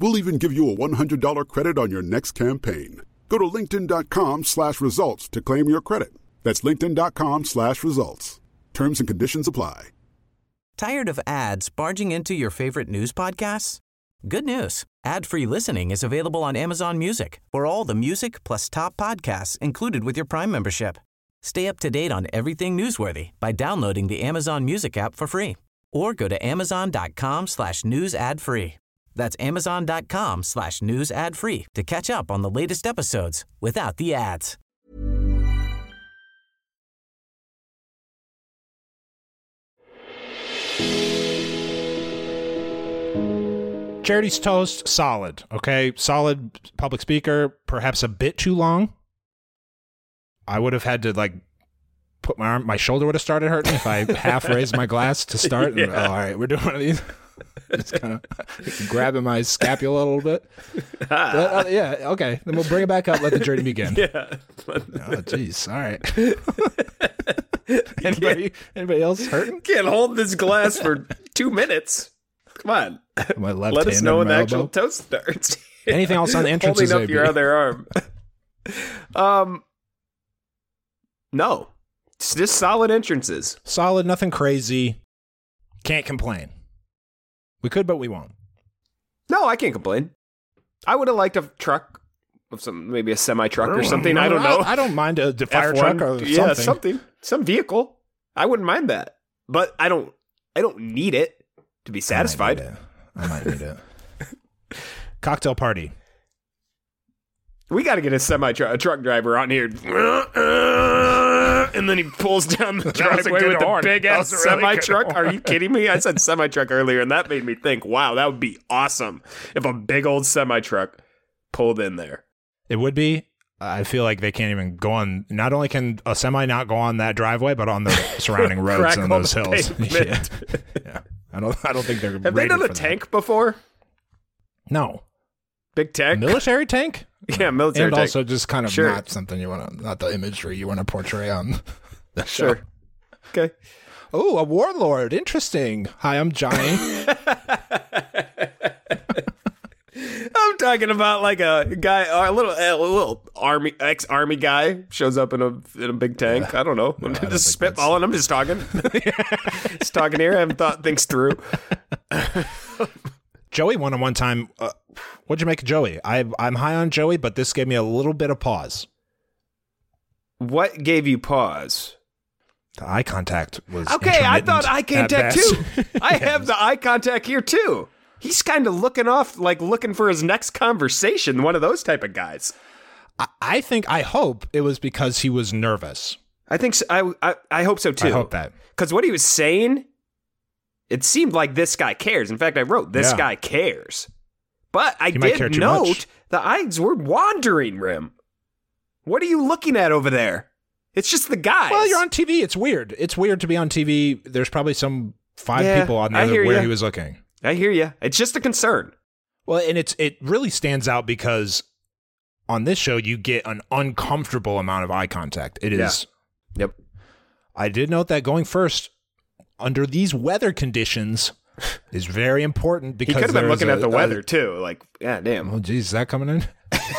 [SPEAKER 3] We'll even give you a $100 credit on your next campaign. Go to linkedin.com slash results to claim your credit. That's linkedin.com slash results. Terms and conditions apply.
[SPEAKER 4] Tired of ads barging into your favorite news podcasts? Good news. Ad-free listening is available on Amazon Music for all the music plus top podcasts included with your Prime membership. Stay up to date on everything newsworthy by downloading the Amazon Music app for free or go to amazon.com slash news ad free. That's amazon.com slash news ad free to catch up on the latest episodes without the ads.
[SPEAKER 1] Charity's toast, solid. Okay, solid public speaker, perhaps a bit too long. I would have had to like put my arm, my shoulder would have started hurting if
[SPEAKER 2] *laughs*
[SPEAKER 1] I half raised my glass to start. and, oh, all right, we're doing one of these. *laughs* Just kind of grabbing my scapula a little bit. But, uh, yeah, okay. Then we'll bring it back up. Let the journey begin.
[SPEAKER 2] Ah. *laughs* Yeah.
[SPEAKER 1] Oh, jeez. All
[SPEAKER 2] *laughs*
[SPEAKER 1] right. anybody, anybody else hurting?
[SPEAKER 2] Can't hold this glass for two minutes. Come on.
[SPEAKER 1] My left
[SPEAKER 2] *laughs* Let
[SPEAKER 1] hand
[SPEAKER 2] us know when
[SPEAKER 1] and
[SPEAKER 2] the
[SPEAKER 1] my
[SPEAKER 2] actual
[SPEAKER 1] elbow.
[SPEAKER 2] toast
[SPEAKER 1] *laughs*
[SPEAKER 2] starts.
[SPEAKER 1] Anything else on the entrances?
[SPEAKER 2] *laughs* Holding up
[SPEAKER 1] AB?
[SPEAKER 2] your other
[SPEAKER 1] *laughs*
[SPEAKER 2] arm. um No. It's just solid entrances.
[SPEAKER 1] solid, nothing crazy. Can't complain. We could, but we won't.
[SPEAKER 2] No, I can't complain. I would have liked a truck of some maybe a semi truck or something. I don't know.
[SPEAKER 1] I, don't mind a the fire
[SPEAKER 2] F1.
[SPEAKER 1] truck or something.
[SPEAKER 2] Yeah, something. Some vehicle. I wouldn't mind that. But I don't I don't need it to be satisfied.
[SPEAKER 1] I might need it. Cocktail party.
[SPEAKER 2] We got to get a semi truck, a truck driver on here. *laughs* and then he pulls
[SPEAKER 1] *laughs*
[SPEAKER 2] down the
[SPEAKER 1] was a
[SPEAKER 2] driveway
[SPEAKER 1] good
[SPEAKER 2] with the
[SPEAKER 1] horn.
[SPEAKER 2] big
[SPEAKER 1] That
[SPEAKER 2] ass
[SPEAKER 1] was a really
[SPEAKER 2] semi
[SPEAKER 1] good
[SPEAKER 2] truck. Are you kidding me? I said semi truck earlier, and that made me think. Wow, that would be awesome if a big old semi truck pulled in there.
[SPEAKER 1] It would be. I feel like they can't even go on. Not only can a semi not go on that driveway, but
[SPEAKER 2] *laughs*
[SPEAKER 1] on the surrounding roads
[SPEAKER 2] Crack
[SPEAKER 1] and
[SPEAKER 2] all
[SPEAKER 1] those
[SPEAKER 2] the
[SPEAKER 1] hills.
[SPEAKER 2] pavement.
[SPEAKER 1] *laughs* Yeah. yeah, I don't. I don't think they're.
[SPEAKER 2] Have they
[SPEAKER 1] rated
[SPEAKER 2] done a
[SPEAKER 1] for that.
[SPEAKER 2] tank before?
[SPEAKER 1] No,
[SPEAKER 2] Big tank?
[SPEAKER 1] military tank.
[SPEAKER 2] *laughs* yeah, military
[SPEAKER 1] and
[SPEAKER 2] tank.
[SPEAKER 1] also just kind of
[SPEAKER 2] Sure.
[SPEAKER 1] not something you want to, not the imagery you want to portray on. The show.
[SPEAKER 2] sure. Okay.
[SPEAKER 1] Oh, a warlord. Interesting. Hi, I'm
[SPEAKER 2] *laughs*
[SPEAKER 1] Johnny.
[SPEAKER 2] I'm talking about like a guy, or a little, a little army, ex army guy shows up in a in a big tank. I don't know. I'm just spitballing. I'm just talking. *laughs* just talking here. I haven't thought things through.
[SPEAKER 1] Joey won on one time. Uh, what'd you make of Joey? I, I'm high on Joey, but this gave me a little bit of pause.
[SPEAKER 2] What gave you pause?
[SPEAKER 1] The eye contact was
[SPEAKER 2] Okay, I
[SPEAKER 1] intermittent
[SPEAKER 2] thought eye
[SPEAKER 1] at
[SPEAKER 2] contact
[SPEAKER 1] best.
[SPEAKER 2] too.
[SPEAKER 1] *laughs*
[SPEAKER 2] I have the eye contact here too. He's kind of looking off, like looking for his next conversation. One of those type of guys.
[SPEAKER 1] I- I think I hope it was because he was nervous.
[SPEAKER 2] I think so. I, I I hope so too.
[SPEAKER 1] I hope that.
[SPEAKER 2] because what he was saying, it seemed like this guy cares. In fact, I wrote this
[SPEAKER 1] Yeah.
[SPEAKER 2] guy cares, but I
[SPEAKER 1] He might care
[SPEAKER 2] did
[SPEAKER 1] too
[SPEAKER 2] note
[SPEAKER 1] much.
[SPEAKER 2] the eyes were wandering. Rim, what are you looking at over there? It's just the guys.
[SPEAKER 1] Well, you're on TV. It's weird. It's weird to be on TV. There's probably some five
[SPEAKER 2] Yeah,
[SPEAKER 1] people on the
[SPEAKER 2] I
[SPEAKER 1] other
[SPEAKER 2] hear
[SPEAKER 1] where
[SPEAKER 2] ya.
[SPEAKER 1] he was looking.
[SPEAKER 2] I hear you. It's just a concern.
[SPEAKER 1] Well, and it's it really stands out because on this show you get an uncomfortable amount of eye contact. It is.
[SPEAKER 2] Yep.
[SPEAKER 1] I did note that going first under these weather
[SPEAKER 2] *laughs*
[SPEAKER 1] conditions is very important
[SPEAKER 2] He
[SPEAKER 1] because
[SPEAKER 2] could have been
[SPEAKER 1] there is
[SPEAKER 2] looking
[SPEAKER 1] a-
[SPEAKER 2] at the
[SPEAKER 1] a-
[SPEAKER 2] weather too. Like, yeah, damn.
[SPEAKER 1] Oh, geez, is that coming
[SPEAKER 2] *laughs*
[SPEAKER 1] in?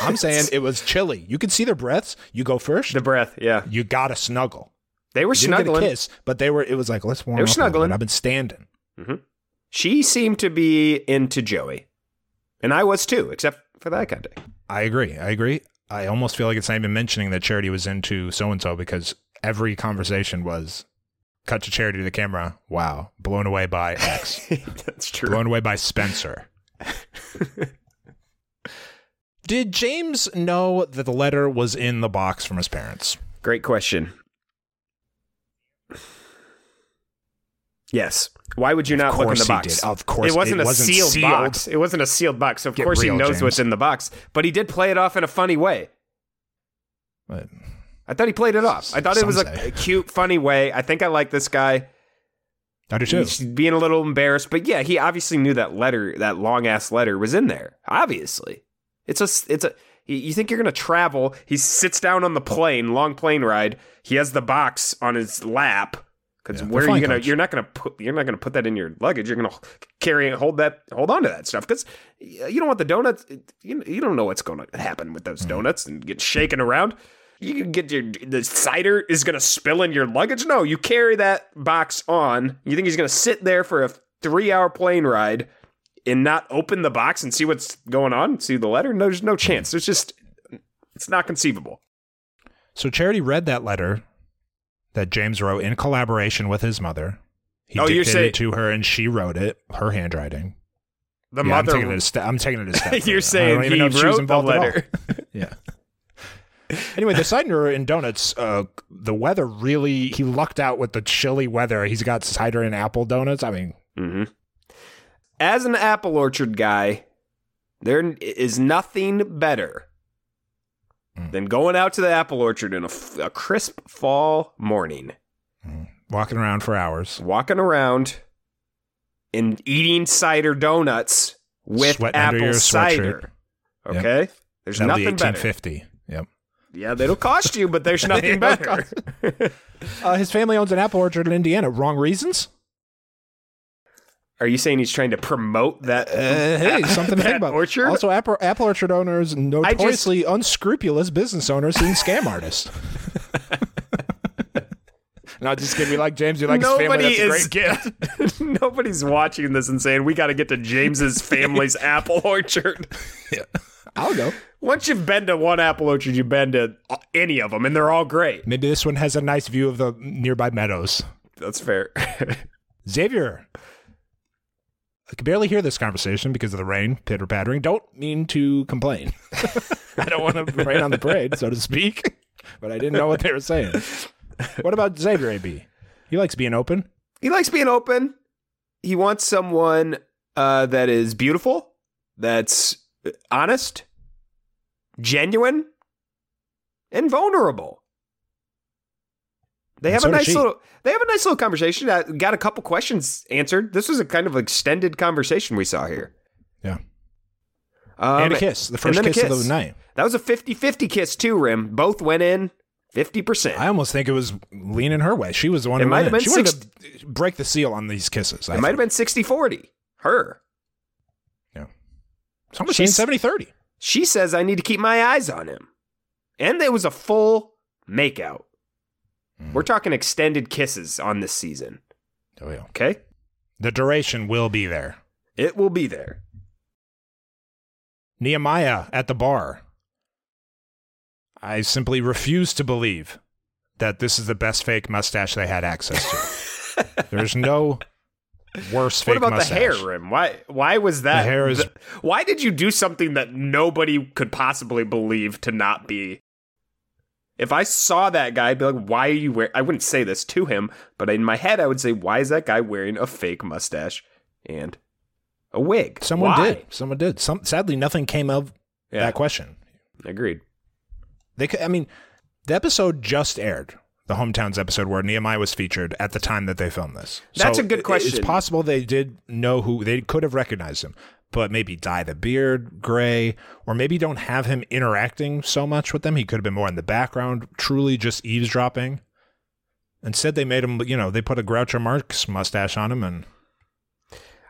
[SPEAKER 1] I'm saying it was chilly. You could see their breaths. You go first.
[SPEAKER 2] The breath. Yeah,
[SPEAKER 1] you got to snuggle.
[SPEAKER 2] they were
[SPEAKER 1] You didn't
[SPEAKER 2] snuggling.
[SPEAKER 1] get a kiss, but they were. It was like let's warm
[SPEAKER 2] They
[SPEAKER 1] up.
[SPEAKER 2] were
[SPEAKER 1] a little
[SPEAKER 2] snuggling.
[SPEAKER 1] bit. I've been standing.
[SPEAKER 2] She seemed to be into Joey, and I was too, except for that contact.
[SPEAKER 1] I agree. I agree. I almost feel like it's not even mentioning that Charity was into so and so because every conversation was cut to Charity to the camera. Wow, blown away by X.
[SPEAKER 2] *laughs* That's true.
[SPEAKER 1] blown away by Spencer. *laughs* Did James know that the letter was in the box from his parents?
[SPEAKER 2] Great question. Yes. Why would you not look in
[SPEAKER 1] course
[SPEAKER 2] the
[SPEAKER 1] he
[SPEAKER 2] box?
[SPEAKER 1] did. Of course.
[SPEAKER 2] it wasn't
[SPEAKER 1] It
[SPEAKER 2] a
[SPEAKER 1] wasn't
[SPEAKER 2] sealed,
[SPEAKER 1] sealed.
[SPEAKER 2] box. It wasn't a sealed box. So of
[SPEAKER 1] Get
[SPEAKER 2] course he
[SPEAKER 1] real,
[SPEAKER 2] knows
[SPEAKER 1] James.
[SPEAKER 2] what's in the box, but he did play it off in a funny way.
[SPEAKER 1] But
[SPEAKER 2] I thought he played it off. I thought it was
[SPEAKER 1] Some
[SPEAKER 2] a,
[SPEAKER 1] say.
[SPEAKER 2] a cute, funny way. I think I like this guy.
[SPEAKER 1] I do too.
[SPEAKER 2] He's being a little embarrassed, but yeah, he obviously knew that letter, that long ass letter, was in there. Obviously, it's a, it's a. you- You think you're gonna travel? He sits down on the plane, long plane ride. He has the box on his lap. Because
[SPEAKER 1] Yeah,
[SPEAKER 2] where
[SPEAKER 1] they're
[SPEAKER 2] are you
[SPEAKER 1] flying
[SPEAKER 2] gonna?
[SPEAKER 1] coach.
[SPEAKER 2] You're not gonna put. You're not gonna put that in your luggage. You're gonna carry it, hold that, hold on to that stuff. Because you don't want the donuts. You, you don't know what's gonna happen with those
[SPEAKER 1] Mm-hmm.
[SPEAKER 2] donuts and get shaken around. You can get your the cider is gonna spill in your luggage. No, you carry that box on. You think he's gonna sit there for a three hour plane ride and not open the box and see what's going on? See the letter? No, there's no chance. There's just it's not conceivable.
[SPEAKER 1] So Charity read that letter that James wrote in collaboration with his mother. He
[SPEAKER 2] Oh, you're
[SPEAKER 1] dictated
[SPEAKER 2] saying-
[SPEAKER 1] it to her, and she wrote it, her handwriting.
[SPEAKER 2] The
[SPEAKER 1] Yeah, I'm
[SPEAKER 2] mother.
[SPEAKER 1] taking it a step. I'm taking it a step.
[SPEAKER 2] *laughs*
[SPEAKER 1] further. I
[SPEAKER 2] You're saying
[SPEAKER 1] don't even
[SPEAKER 2] he
[SPEAKER 1] know if she was
[SPEAKER 2] wrote the
[SPEAKER 1] involved at all.
[SPEAKER 2] letter.
[SPEAKER 1] *laughs* yeah. Anyway, the cider and donuts. Uh, the weather really. He lucked out with the chilly weather. He's got cider and apple donuts. I mean,
[SPEAKER 2] Mm-hmm. As an apple orchard guy, there n- is nothing better
[SPEAKER 1] Hmm.
[SPEAKER 2] than going out to the apple orchard in a, f- a crisp fall morning,
[SPEAKER 1] walking around for hours,
[SPEAKER 2] walking around and eating cider donuts with
[SPEAKER 1] Sweating under
[SPEAKER 2] apple
[SPEAKER 1] your
[SPEAKER 2] cider.
[SPEAKER 1] sweatshirt. Yep.
[SPEAKER 2] Okay, there's
[SPEAKER 1] That'll be
[SPEAKER 2] nothing better.
[SPEAKER 1] 1850. Yep.
[SPEAKER 2] Yeah, that'll cost you, but *laughs* there's nothing
[SPEAKER 1] It'll
[SPEAKER 2] better.
[SPEAKER 1] Uh, his family owns an apple orchard in Indiana. Wrong reasons?
[SPEAKER 2] Are you saying he's trying to promote that?
[SPEAKER 1] Uh,
[SPEAKER 2] *laughs*
[SPEAKER 1] hey, something to think
[SPEAKER 2] that
[SPEAKER 1] about.
[SPEAKER 2] Orchard.
[SPEAKER 1] Also, apple, apple orchard owners
[SPEAKER 2] just-
[SPEAKER 1] notoriously unscrupulous business owners and scam
[SPEAKER 2] *laughs*
[SPEAKER 1] artists. Not just kidding. We like James. We like his family. That's a great gift.
[SPEAKER 2] *laughs* Nobody's watching this and saying we got to get to James's *laughs* family's apple orchard.
[SPEAKER 1] I'll go.
[SPEAKER 2] Once you've been to one apple orchard, you've been to any of them, and they're all great.
[SPEAKER 1] Maybe this one has a nice view of the nearby meadows.
[SPEAKER 2] That's fair. *laughs*
[SPEAKER 1] Xavier. I can barely hear this conversation because of the rain, pitter pattering. Don't mean to complain. *laughs* I don't want to rain on the parade, so to speak, but I didn't know what they were saying. What about Xavier AB? He likes being open.
[SPEAKER 2] He likes being open. He wants someone uh, that is beautiful, that's uh, honest, genuine, and vulnerable. They
[SPEAKER 1] And
[SPEAKER 2] have
[SPEAKER 1] so
[SPEAKER 2] a
[SPEAKER 1] does
[SPEAKER 2] nice
[SPEAKER 1] she.
[SPEAKER 2] little. They have a nice little conversation. I got a couple questions answered. This was a kind of extended conversation we saw here.
[SPEAKER 1] Yeah.
[SPEAKER 2] Um,
[SPEAKER 1] and a kiss. The
[SPEAKER 2] and
[SPEAKER 1] first
[SPEAKER 2] then a
[SPEAKER 1] kiss, of the night.
[SPEAKER 2] That was a 50-50 kiss too, Rim. Both went in 50%.
[SPEAKER 1] I almost think it was leaning her way. She was the one
[SPEAKER 2] It
[SPEAKER 1] who
[SPEAKER 2] might
[SPEAKER 1] went
[SPEAKER 2] have
[SPEAKER 1] in.
[SPEAKER 2] been
[SPEAKER 1] She wanted to break the seal on these kisses. I
[SPEAKER 2] it might have been 60-40. Her.
[SPEAKER 1] think. Yeah. Somebody
[SPEAKER 2] She's-
[SPEAKER 1] she's 70 30.
[SPEAKER 2] She says I need to keep my eyes on him. And it was a full makeout.
[SPEAKER 1] Hmm.
[SPEAKER 2] We're talking extended kisses on this season.
[SPEAKER 1] Oh, yeah.
[SPEAKER 2] Okay?
[SPEAKER 1] The duration will be there.
[SPEAKER 2] It will be there.
[SPEAKER 1] Nehemiah at the bar. I simply refuse to believe that this is the best fake mustache they had access
[SPEAKER 2] *laughs*
[SPEAKER 1] to. There's no worse fake
[SPEAKER 2] what about
[SPEAKER 1] mustache.
[SPEAKER 2] the hair, Rim? Why why was that?
[SPEAKER 1] hair is-
[SPEAKER 2] why did you do something that nobody could possibly believe to not be? If I saw that guy, I'd be like, why are you wearing I wouldn't say this to him, but in my head I would say, why is that guy wearing a fake mustache and a wig?
[SPEAKER 1] Someone
[SPEAKER 2] Why?
[SPEAKER 1] did. Someone did. Some sadly nothing came of
[SPEAKER 2] Yeah.
[SPEAKER 1] that question.
[SPEAKER 2] Agreed.
[SPEAKER 1] They could, I mean, the episode just aired, the hometowns episode where Nehemiah was featured at the time that they filmed this.
[SPEAKER 2] That's a good
[SPEAKER 1] it-
[SPEAKER 2] question.
[SPEAKER 1] It's possible they did know who they could have recognized him, but maybe dye the beard gray, or maybe don't have him interacting so much with them. He could have been more in the background, truly just eavesdropping. Instead, they made him. You know, they put a Groucho Marx mustache on him, and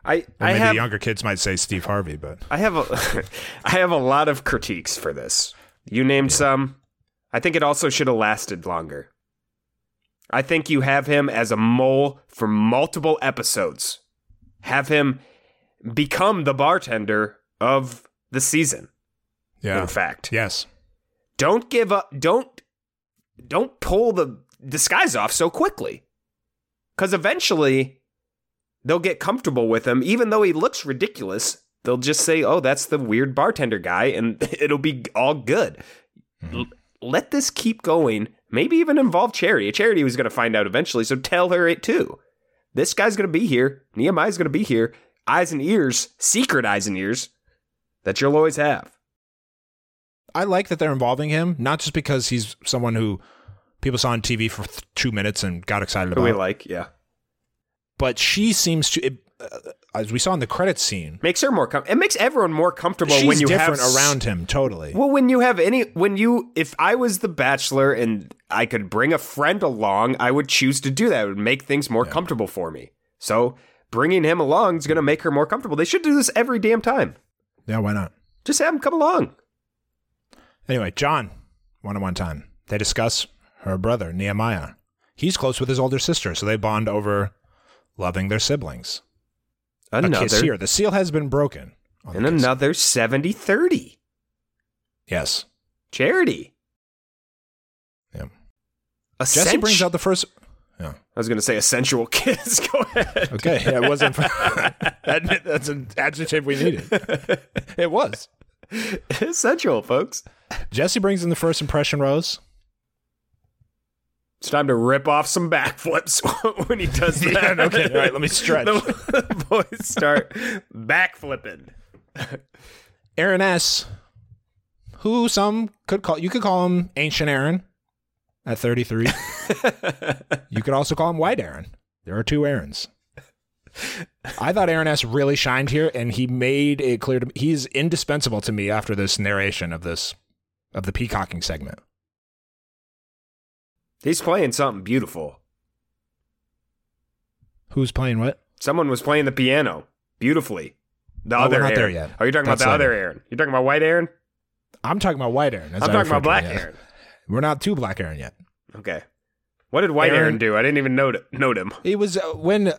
[SPEAKER 2] I,
[SPEAKER 1] or
[SPEAKER 2] I
[SPEAKER 1] maybe
[SPEAKER 2] have
[SPEAKER 1] the younger kids might say Steve Harvey, but
[SPEAKER 2] I have a *laughs* I have a lot of critiques for this. You named some. I think it also should have lasted longer. I think you have him as a mole for multiple episodes. Have him become the bartender of the season.
[SPEAKER 1] yeah,
[SPEAKER 2] In fact,
[SPEAKER 1] yes,
[SPEAKER 2] don't give up. Don't don't pull the disguise off so quickly, because eventually they'll get comfortable with him. Even though he looks ridiculous, they'll just say, "Oh, that's the weird bartender guy," and *laughs* it'll be all good. L- let this keep going. Maybe even involve Charity. Charity was going to find out eventually, so tell her it too. This guy's going to be here. Nehemiah's going to be here. Eyes and ears, secret eyes and ears that you'll always have.
[SPEAKER 1] I like that they're involving him, not just because he's someone who people saw on TV for th- two minutes and got excited
[SPEAKER 2] Who
[SPEAKER 1] about,
[SPEAKER 2] we like, yeah.
[SPEAKER 1] but she seems to, it, uh, as we saw in the credit scene,
[SPEAKER 2] makes her more com- it makes everyone more comfortable
[SPEAKER 1] she's
[SPEAKER 2] when you
[SPEAKER 1] different
[SPEAKER 2] have s-
[SPEAKER 1] around him. Totally.
[SPEAKER 2] well when you have any when you if i was the bachelor and i could bring a friend along i would choose to do that it would make things more comfortable for me so bringing him along is going to make her more comfortable they should do this every damn time
[SPEAKER 1] Yeah, why not?
[SPEAKER 2] just have him come along
[SPEAKER 1] Anyway, John, one on one time, they discuss her brother Nehemiah. He's close with his older sister, so they bond over loving their siblings. A kiss
[SPEAKER 2] another
[SPEAKER 1] here. The seal has been broken. on the
[SPEAKER 2] and
[SPEAKER 1] kiss.
[SPEAKER 2] another 70 30
[SPEAKER 1] Yes.
[SPEAKER 2] charity
[SPEAKER 1] Yeah.
[SPEAKER 2] a
[SPEAKER 1] Jesse
[SPEAKER 2] sensu-
[SPEAKER 1] brings out the first. Yeah.
[SPEAKER 2] i was going to say a sensual *laughs* kiss go ahead
[SPEAKER 1] Okay, *laughs* yeah, it wasn't. that, that's an adjective we needed. *laughs* It was.
[SPEAKER 2] it's sensual folks
[SPEAKER 1] Jesse brings in the first impression rose.
[SPEAKER 2] It's time to rip off some backflips *laughs* when he does that.
[SPEAKER 1] *laughs* Yeah, okay, all right, let me stretch.
[SPEAKER 2] *laughs* The boys start
[SPEAKER 1] *laughs*
[SPEAKER 2] backflipping.
[SPEAKER 1] Aaron S, who some could call you could call him Ancient Aaron at *laughs* 33. you could also call him White Aaron. There are two Aarons. I thought Aaron S really shined here, and he made it clear to me he's indispensable to me after this narration of this of the peacocking segment.
[SPEAKER 2] He's playing something beautiful.
[SPEAKER 1] Who's playing what?
[SPEAKER 2] Someone was playing the piano beautifully. The
[SPEAKER 1] Oh, we're
[SPEAKER 2] other
[SPEAKER 1] not
[SPEAKER 2] Aaron.
[SPEAKER 1] there yet.
[SPEAKER 2] Are you talking
[SPEAKER 1] That's
[SPEAKER 2] about the
[SPEAKER 1] later.
[SPEAKER 2] other Aaron? You're talking about white Aaron?
[SPEAKER 1] I'm talking about White Aaron. as
[SPEAKER 2] I'm
[SPEAKER 1] I
[SPEAKER 2] talking
[SPEAKER 1] refer
[SPEAKER 2] about
[SPEAKER 1] to
[SPEAKER 2] black
[SPEAKER 1] him, yeah.
[SPEAKER 2] Aaron.
[SPEAKER 1] We're not too Black Aaron yet.
[SPEAKER 2] Okay. What did white Aaron,
[SPEAKER 1] Aaron-
[SPEAKER 2] do? I didn't even note, note him.
[SPEAKER 1] It was uh, when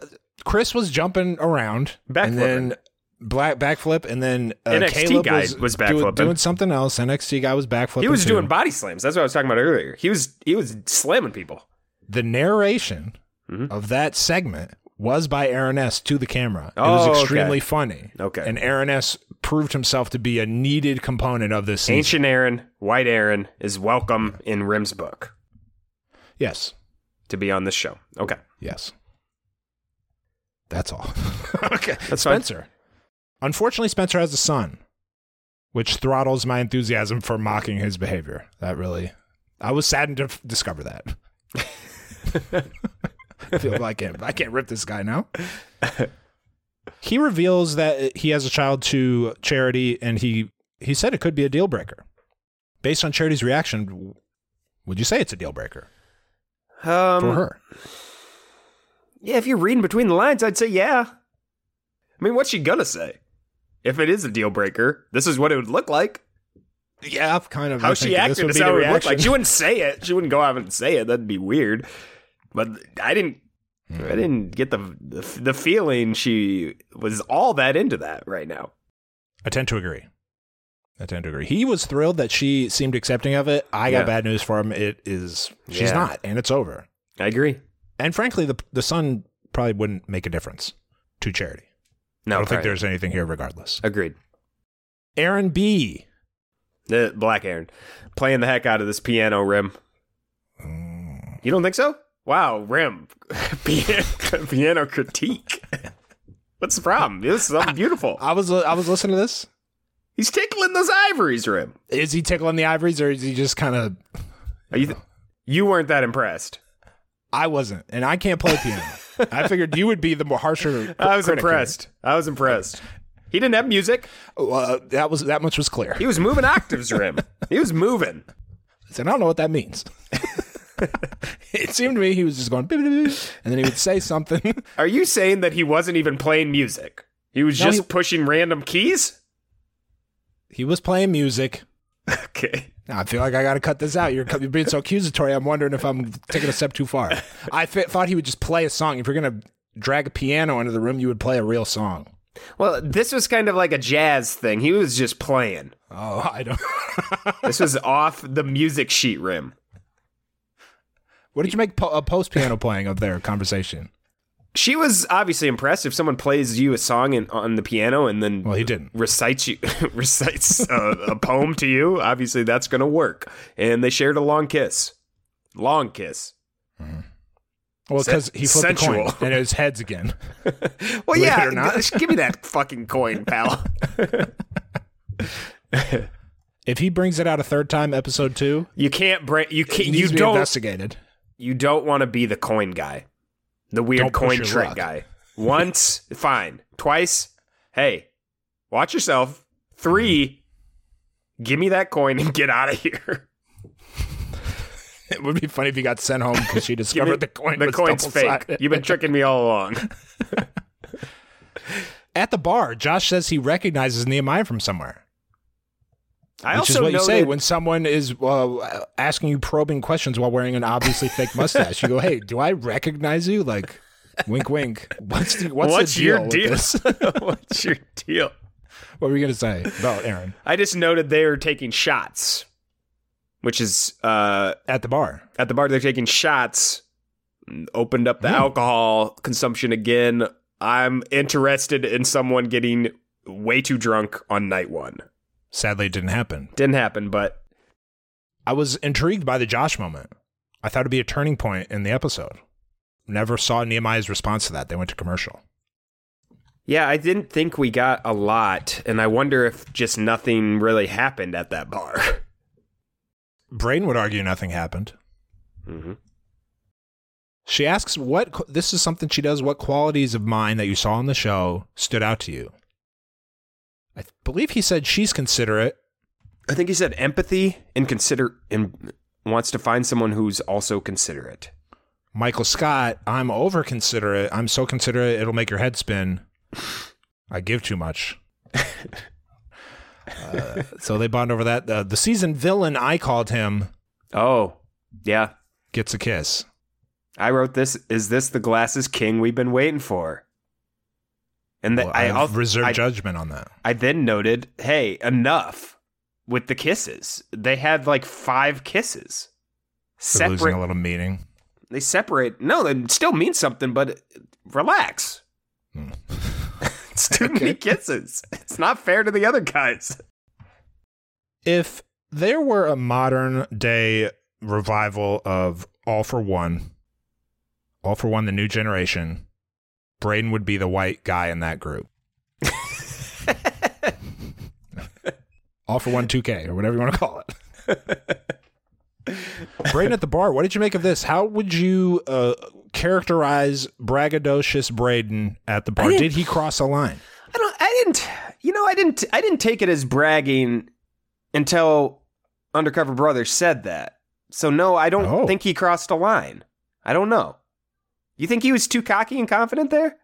[SPEAKER 1] Chris was jumping around,
[SPEAKER 2] Backflipping.
[SPEAKER 1] and then black backflip, and then uh,
[SPEAKER 2] NXT
[SPEAKER 1] Caleb
[SPEAKER 2] guy
[SPEAKER 1] was,
[SPEAKER 2] was
[SPEAKER 1] do-
[SPEAKER 2] backflipping.
[SPEAKER 1] doing something else. NXT guy was backflipping.
[SPEAKER 2] He was
[SPEAKER 1] too.
[SPEAKER 2] doing body slams. That's what I was talking about earlier. He was he was slamming people.
[SPEAKER 1] the narration
[SPEAKER 2] Mhm.
[SPEAKER 1] of that segment was by Aaron S to the camera. it was
[SPEAKER 2] Oh, okay.
[SPEAKER 1] extremely funny.
[SPEAKER 2] Okay.
[SPEAKER 1] and Aaron S proved himself to be a needed component of this season.
[SPEAKER 2] Ancient Aaron, white Aaron is welcome in Rim's book.
[SPEAKER 1] Yes,
[SPEAKER 2] to be on this show. Okay.
[SPEAKER 1] Yes. That's all. *laughs* okay.
[SPEAKER 2] That's fine.
[SPEAKER 1] Spencer. Unfortunately, Spencer has a son, which throttles my enthusiasm for mocking his behavior. That really, I was saddened to f- discover that. I *laughs* feel like it. I can't rip this guy now. he reveals that he has a child to Charity, and he he said it could be a deal breaker. Based on Charity's reaction, would you say it's a deal breaker
[SPEAKER 2] Um,
[SPEAKER 1] for her?
[SPEAKER 2] Yeah, if you're reading between the lines, I'd say yeah. I mean, what's she gonna say? If it is a deal breaker, this is what it would look like.
[SPEAKER 1] Yeah, I've kind of.
[SPEAKER 2] How
[SPEAKER 1] I
[SPEAKER 2] she
[SPEAKER 1] think
[SPEAKER 2] acted
[SPEAKER 1] would
[SPEAKER 2] is
[SPEAKER 1] be
[SPEAKER 2] how
[SPEAKER 1] the
[SPEAKER 2] it would look like.
[SPEAKER 1] reaction.
[SPEAKER 2] She wouldn't say it. She wouldn't go out and say it. That'd be weird. But I didn't. *laughs*
[SPEAKER 1] Hmm.
[SPEAKER 2] I didn't get the, the the feeling she was all that into that right now.
[SPEAKER 1] I tend to agree. I tend to agree. He was thrilled that she seemed accepting of it. I
[SPEAKER 2] Yeah.
[SPEAKER 1] got bad news for him. It is she's
[SPEAKER 2] Yeah.
[SPEAKER 1] not, and it's over.
[SPEAKER 2] I agree.
[SPEAKER 1] And frankly, the the son probably wouldn't make a difference to charity.
[SPEAKER 2] No,
[SPEAKER 1] I don't think
[SPEAKER 2] probably-
[SPEAKER 1] there's anything here, regardless.
[SPEAKER 2] agreed.
[SPEAKER 1] Aaron B.
[SPEAKER 2] Uh, Black Aaron playing the heck out of this piano rim. You don't think so? Wow, rim *laughs* piano, *laughs* piano critique. What's the problem? This is something beautiful.
[SPEAKER 1] I was I was listening to this.
[SPEAKER 2] He's tickling those ivories, rim.
[SPEAKER 1] Is he tickling the ivories, or is he just kind of?
[SPEAKER 2] Are you? you weren't that impressed.
[SPEAKER 1] I wasn't, and I can't play
[SPEAKER 2] *laughs*
[SPEAKER 1] piano. I figured you would be the more harsher.
[SPEAKER 2] I was
[SPEAKER 1] critic here.
[SPEAKER 2] impressed. I was impressed. He didn't have music.
[SPEAKER 1] Uh, that was that much was clear,
[SPEAKER 2] He was moving octaves, rim. He was moving.
[SPEAKER 1] and I don't know what that means. *laughs* it seemed to me he was just going, "Beep, beep, beep," and then he would say something. *laughs*
[SPEAKER 2] Are you saying that he wasn't even playing music? He was
[SPEAKER 1] No,
[SPEAKER 2] just
[SPEAKER 1] he-
[SPEAKER 2] pushing random keys?
[SPEAKER 1] he was playing music.
[SPEAKER 2] Okay.
[SPEAKER 1] Now, I feel like I got to cut this out. You're, you're being so accusatory. I'm wondering if I'm taking a step too far. I fi- thought he would just play a song. If you're going to drag a piano into the room, you would play a real song.
[SPEAKER 2] Well, this was kind of like a jazz thing. He was just playing.
[SPEAKER 1] Oh, I don't.
[SPEAKER 2] This was off the music sheet rim.
[SPEAKER 1] *laughs* what did you make po- a post piano playing of their conversation?
[SPEAKER 2] She was obviously impressed. If someone plays you a song in, on the piano and then
[SPEAKER 1] Well, he didn't.
[SPEAKER 2] recites you *laughs* recites a, a poem to you, obviously that's going to work. And they shared a long kiss, long kiss.
[SPEAKER 1] Well, because he flipped the
[SPEAKER 2] sensual.
[SPEAKER 1] coin and it was heads again.
[SPEAKER 2] Well,
[SPEAKER 1] Believe it
[SPEAKER 2] yeah,
[SPEAKER 1] or not.
[SPEAKER 2] g- *laughs* give me that fucking
[SPEAKER 1] *laughs*
[SPEAKER 2] coin, pal.
[SPEAKER 1] If he brings it out a third time, episode two,
[SPEAKER 2] You can't bring. You
[SPEAKER 1] it
[SPEAKER 2] can't.
[SPEAKER 1] needs
[SPEAKER 2] You
[SPEAKER 1] to be
[SPEAKER 2] don't.
[SPEAKER 1] investigated.
[SPEAKER 2] you don't want to be the coin guy, the weird
[SPEAKER 1] Don't push
[SPEAKER 2] coin
[SPEAKER 1] your
[SPEAKER 2] trick
[SPEAKER 1] luck.
[SPEAKER 2] guy.
[SPEAKER 1] *laughs*
[SPEAKER 2] Once, fine. Twice, hey, watch yourself. Three, give me that coin and get out of here. *laughs*
[SPEAKER 1] It would be funny if he got sent home because
[SPEAKER 2] *laughs*
[SPEAKER 1] she
[SPEAKER 2] Give me
[SPEAKER 1] discovered the coin.
[SPEAKER 2] The
[SPEAKER 1] was
[SPEAKER 2] coin's fake.
[SPEAKER 1] double-sided.
[SPEAKER 2] You've been tricking me all along.
[SPEAKER 1] At the bar, Josh says he recognizes Nehemiah from somewhere.
[SPEAKER 2] I
[SPEAKER 1] Which
[SPEAKER 2] also
[SPEAKER 1] is what you
[SPEAKER 2] know
[SPEAKER 1] say
[SPEAKER 2] that-
[SPEAKER 1] when someone is uh, asking you probing questions while wearing an obviously fake mustache. You go, "Hey, do I recognize you?" Like, wink, wink. What's the, what's, the
[SPEAKER 2] What's your
[SPEAKER 1] with
[SPEAKER 2] deal?
[SPEAKER 1] this?
[SPEAKER 2] *laughs*
[SPEAKER 1] *laughs*
[SPEAKER 2] what's your deal?
[SPEAKER 1] what were you gonna say about Aaron
[SPEAKER 2] I just noted they were taking shots, which is uh,
[SPEAKER 1] at the bar?
[SPEAKER 2] at the bar they're taking shots. Opened up the alcohol consumption again. I'm interested in someone getting way too drunk on night one.
[SPEAKER 1] Sadly, it didn't happen.
[SPEAKER 2] Didn't happen, but
[SPEAKER 1] I was intrigued by the Josh moment. I thought it'd be a turning point in the episode. Never saw Nehemiah's response to that. They went to commercial.
[SPEAKER 2] yeah, I didn't think we got a lot, and I wonder if just nothing really happened at that bar.
[SPEAKER 1] Braden would argue nothing happened.
[SPEAKER 2] Mm-hmm.
[SPEAKER 1] She asks what qu- this is something she does. What qualities of mine that you saw on the show stood out to you? I th- believe he said she's considerate.
[SPEAKER 2] I think he said empathy and consider and wants to find someone who's also considerate.
[SPEAKER 1] Michael Scott, I'm over considerate. I'm so considerate it'll make your head spin. I give too
[SPEAKER 2] *laughs*
[SPEAKER 1] much. Uh, so they bond over that. Uh, the season villain I called him
[SPEAKER 2] Oh, yeah.
[SPEAKER 1] gets a kiss.
[SPEAKER 2] I wrote this. Is this the glasses king we've been waiting for? And that
[SPEAKER 1] Well,
[SPEAKER 2] I
[SPEAKER 1] I've
[SPEAKER 2] al-
[SPEAKER 1] reserved
[SPEAKER 2] I-
[SPEAKER 1] judgment on that.
[SPEAKER 2] I then noted, hey, enough with the kisses. They had like five kisses.
[SPEAKER 1] They're losing
[SPEAKER 2] Separate.
[SPEAKER 1] a little meaning.
[SPEAKER 2] they separate. No, it still means something, but relax.
[SPEAKER 1] Hmm.
[SPEAKER 2] *laughs* it's
[SPEAKER 1] *laughs*
[SPEAKER 2] too many kisses. It's not fair to the other guys.
[SPEAKER 1] if there were a modern day revival of All for One, All for One, The New Generation, Braden would be the white guy in that *laughs* group. All for One 2K or whatever you want to call it. *laughs* Braden at the bar, what did you make of this? How would you uh, characterize braggadocious Braden at the bar?
[SPEAKER 2] didn't-
[SPEAKER 1] Did he cross a line?
[SPEAKER 2] I don't. I didn't. You know, I didn't. I didn't take it as bragging until Undercover Brother said that. So no, I don't
[SPEAKER 1] Oh.
[SPEAKER 2] think he crossed a line. I don't know. You think he was too cocky and confident there?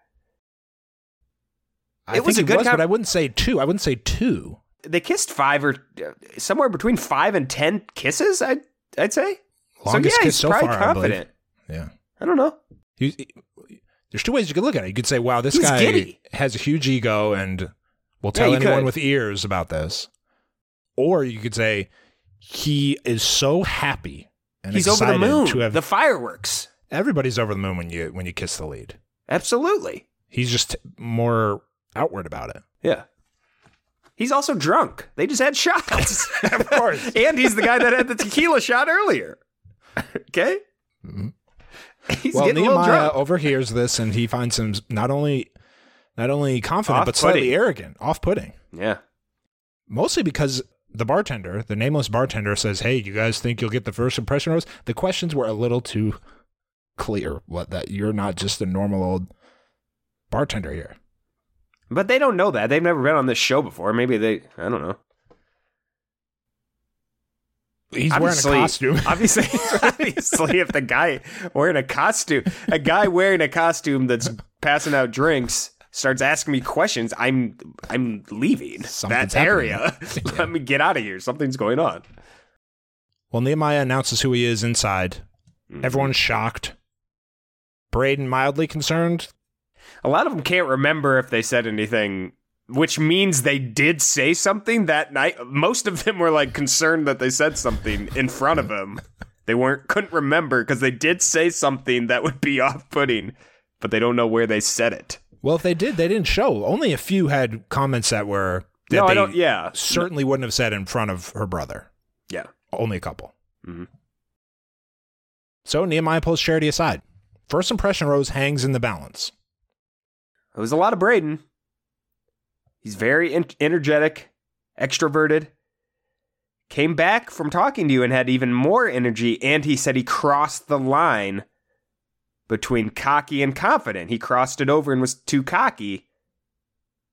[SPEAKER 1] I
[SPEAKER 2] It
[SPEAKER 1] think
[SPEAKER 2] was a
[SPEAKER 1] he
[SPEAKER 2] good
[SPEAKER 1] was,
[SPEAKER 2] com-
[SPEAKER 1] but I wouldn't say two. I wouldn't say two.
[SPEAKER 2] They kissed five or uh, somewhere between five and ten kisses. I would I'd say.
[SPEAKER 1] Longest
[SPEAKER 2] so yeah,
[SPEAKER 1] kiss
[SPEAKER 2] he's
[SPEAKER 1] so
[SPEAKER 2] probably
[SPEAKER 1] far, I believe.
[SPEAKER 2] confident.
[SPEAKER 1] Yeah.
[SPEAKER 2] I, don't know.
[SPEAKER 1] He, he- there's two ways you could look at it. You could say, "Wow, this
[SPEAKER 2] He's
[SPEAKER 1] guy
[SPEAKER 2] giddy.
[SPEAKER 1] has a huge ego and will tell
[SPEAKER 2] you
[SPEAKER 1] anyone
[SPEAKER 2] could.
[SPEAKER 1] with ears about this," or you could say he is so happy and
[SPEAKER 2] He's over the
[SPEAKER 1] excited
[SPEAKER 2] moon.
[SPEAKER 1] to have
[SPEAKER 2] the fireworks.
[SPEAKER 1] everybody's over the moon when you when you kiss the lead.
[SPEAKER 2] Absolutely.
[SPEAKER 1] He's just more outward about it.
[SPEAKER 2] Yeah. He's also drunk. They just had shots.
[SPEAKER 1] *laughs* Of course.
[SPEAKER 2] *laughs* and he's the guy that had the tequila shot earlier. Okay? He's
[SPEAKER 1] Mm-hmm. well,
[SPEAKER 2] getting a little
[SPEAKER 1] Nehemiah
[SPEAKER 2] drunk.
[SPEAKER 1] overhears this and he finds him not only not only confident but
[SPEAKER 2] Off-putting.
[SPEAKER 1] slightly arrogant, off-putting.
[SPEAKER 2] Yeah.
[SPEAKER 1] mostly because the bartender, the nameless bartender, says, "Hey, you guys think you'll get the first impression rose?" The questions were a little too clear. What that you're not just a normal old bartender here.
[SPEAKER 2] But they don't know that. They've never been on this show before. Maybe they, I don't know.
[SPEAKER 1] He's wearing a costume.
[SPEAKER 2] *laughs*
[SPEAKER 1] *laughs*
[SPEAKER 2] obviously, obviously, if the guy wearing a costume, a guy wearing a costume that's passing out drinks starts asking me questions, I'm I'm leaving
[SPEAKER 1] Something's
[SPEAKER 2] that
[SPEAKER 1] happening.
[SPEAKER 2] area. *laughs* Let me get out of here. Something's going on.
[SPEAKER 1] well, Nehemiah announces who he is inside.
[SPEAKER 2] Mm-hmm.
[SPEAKER 1] Everyone's shocked. Braden mildly concerned.
[SPEAKER 2] A lot of them can't remember if they said anything, which means they did say something that night. Most of them were like concerned that they said something in front of them. They weren't couldn't remember because they did say something that would be *laughs* off-putting, but they don't know where they said it.
[SPEAKER 1] Well, if they did, they didn't show. Only a few had comments that were that
[SPEAKER 2] no,
[SPEAKER 1] they
[SPEAKER 2] I don't. Yeah,
[SPEAKER 1] certainly wouldn't have said in front of her brother.
[SPEAKER 2] yeah.
[SPEAKER 1] Only a couple.
[SPEAKER 2] Mhm.
[SPEAKER 1] So Nehemiah pulls charity aside. First impression rose hangs in the balance.
[SPEAKER 2] It was a lot of Braden. He's very en- energetic, extroverted. Came back from talking to you and had even more energy, and he said he crossed the line between cocky and confident. He crossed it over and was too cocky,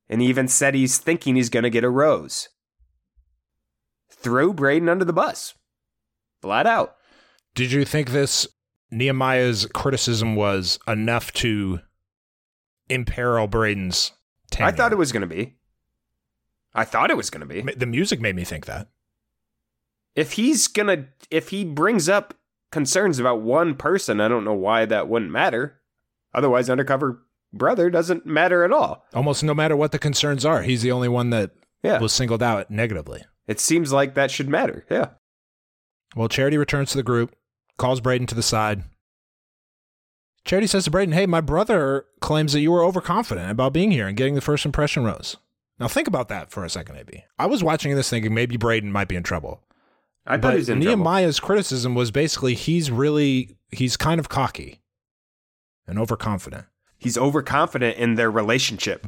[SPEAKER 2] and he even said he's thinking he's going to get a rose. Threw Braden under the bus. Flat out.
[SPEAKER 1] Did you think this Nehemiah's criticism was enough to imperil Braden's tenure?
[SPEAKER 2] I thought it was going to be. I thought it was going to be.
[SPEAKER 1] Ma- The music made me think that.
[SPEAKER 2] if he's gonna if he brings up concerns about one person i don't know why that wouldn't matter otherwise undercover brother doesn't matter at all
[SPEAKER 1] Almost no matter what the concerns are, he's the only one that
[SPEAKER 2] yeah
[SPEAKER 1] was singled out negatively.
[SPEAKER 2] it seems like that should matter yeah
[SPEAKER 1] Well, Charity returns to the group, calls Braden to the side. Charity says to Braden, Hey, my brother claims that you were overconfident about being here and getting the first impression rose. Now, think about that for a second, AB. I was watching this thinking maybe Braden might be in trouble.
[SPEAKER 2] i thought
[SPEAKER 1] but
[SPEAKER 2] he was in trouble.
[SPEAKER 1] Nehemiah's criticism was basically he's really, he's kind of cocky and overconfident.
[SPEAKER 2] he's overconfident in their relationship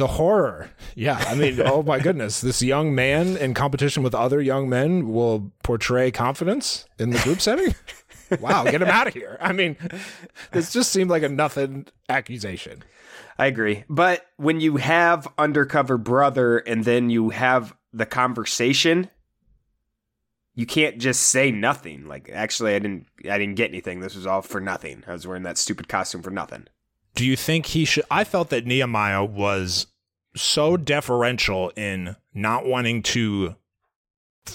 [SPEAKER 1] The horror. Yeah. I *laughs* mean, oh my goodness. This young man in competition with other young men will portray confidence in the group *laughs* setting. Wow, get him out of here. I mean, this just seemed like a nothing accusation.
[SPEAKER 2] i agree but when you have undercover brother and then you have the conversation you can't just say nothing like actually i didn't i didn't get anything this was all for nothing i was wearing that stupid costume for nothing
[SPEAKER 1] Do you think he should? I felt that Nehemiah was so deferential in not wanting to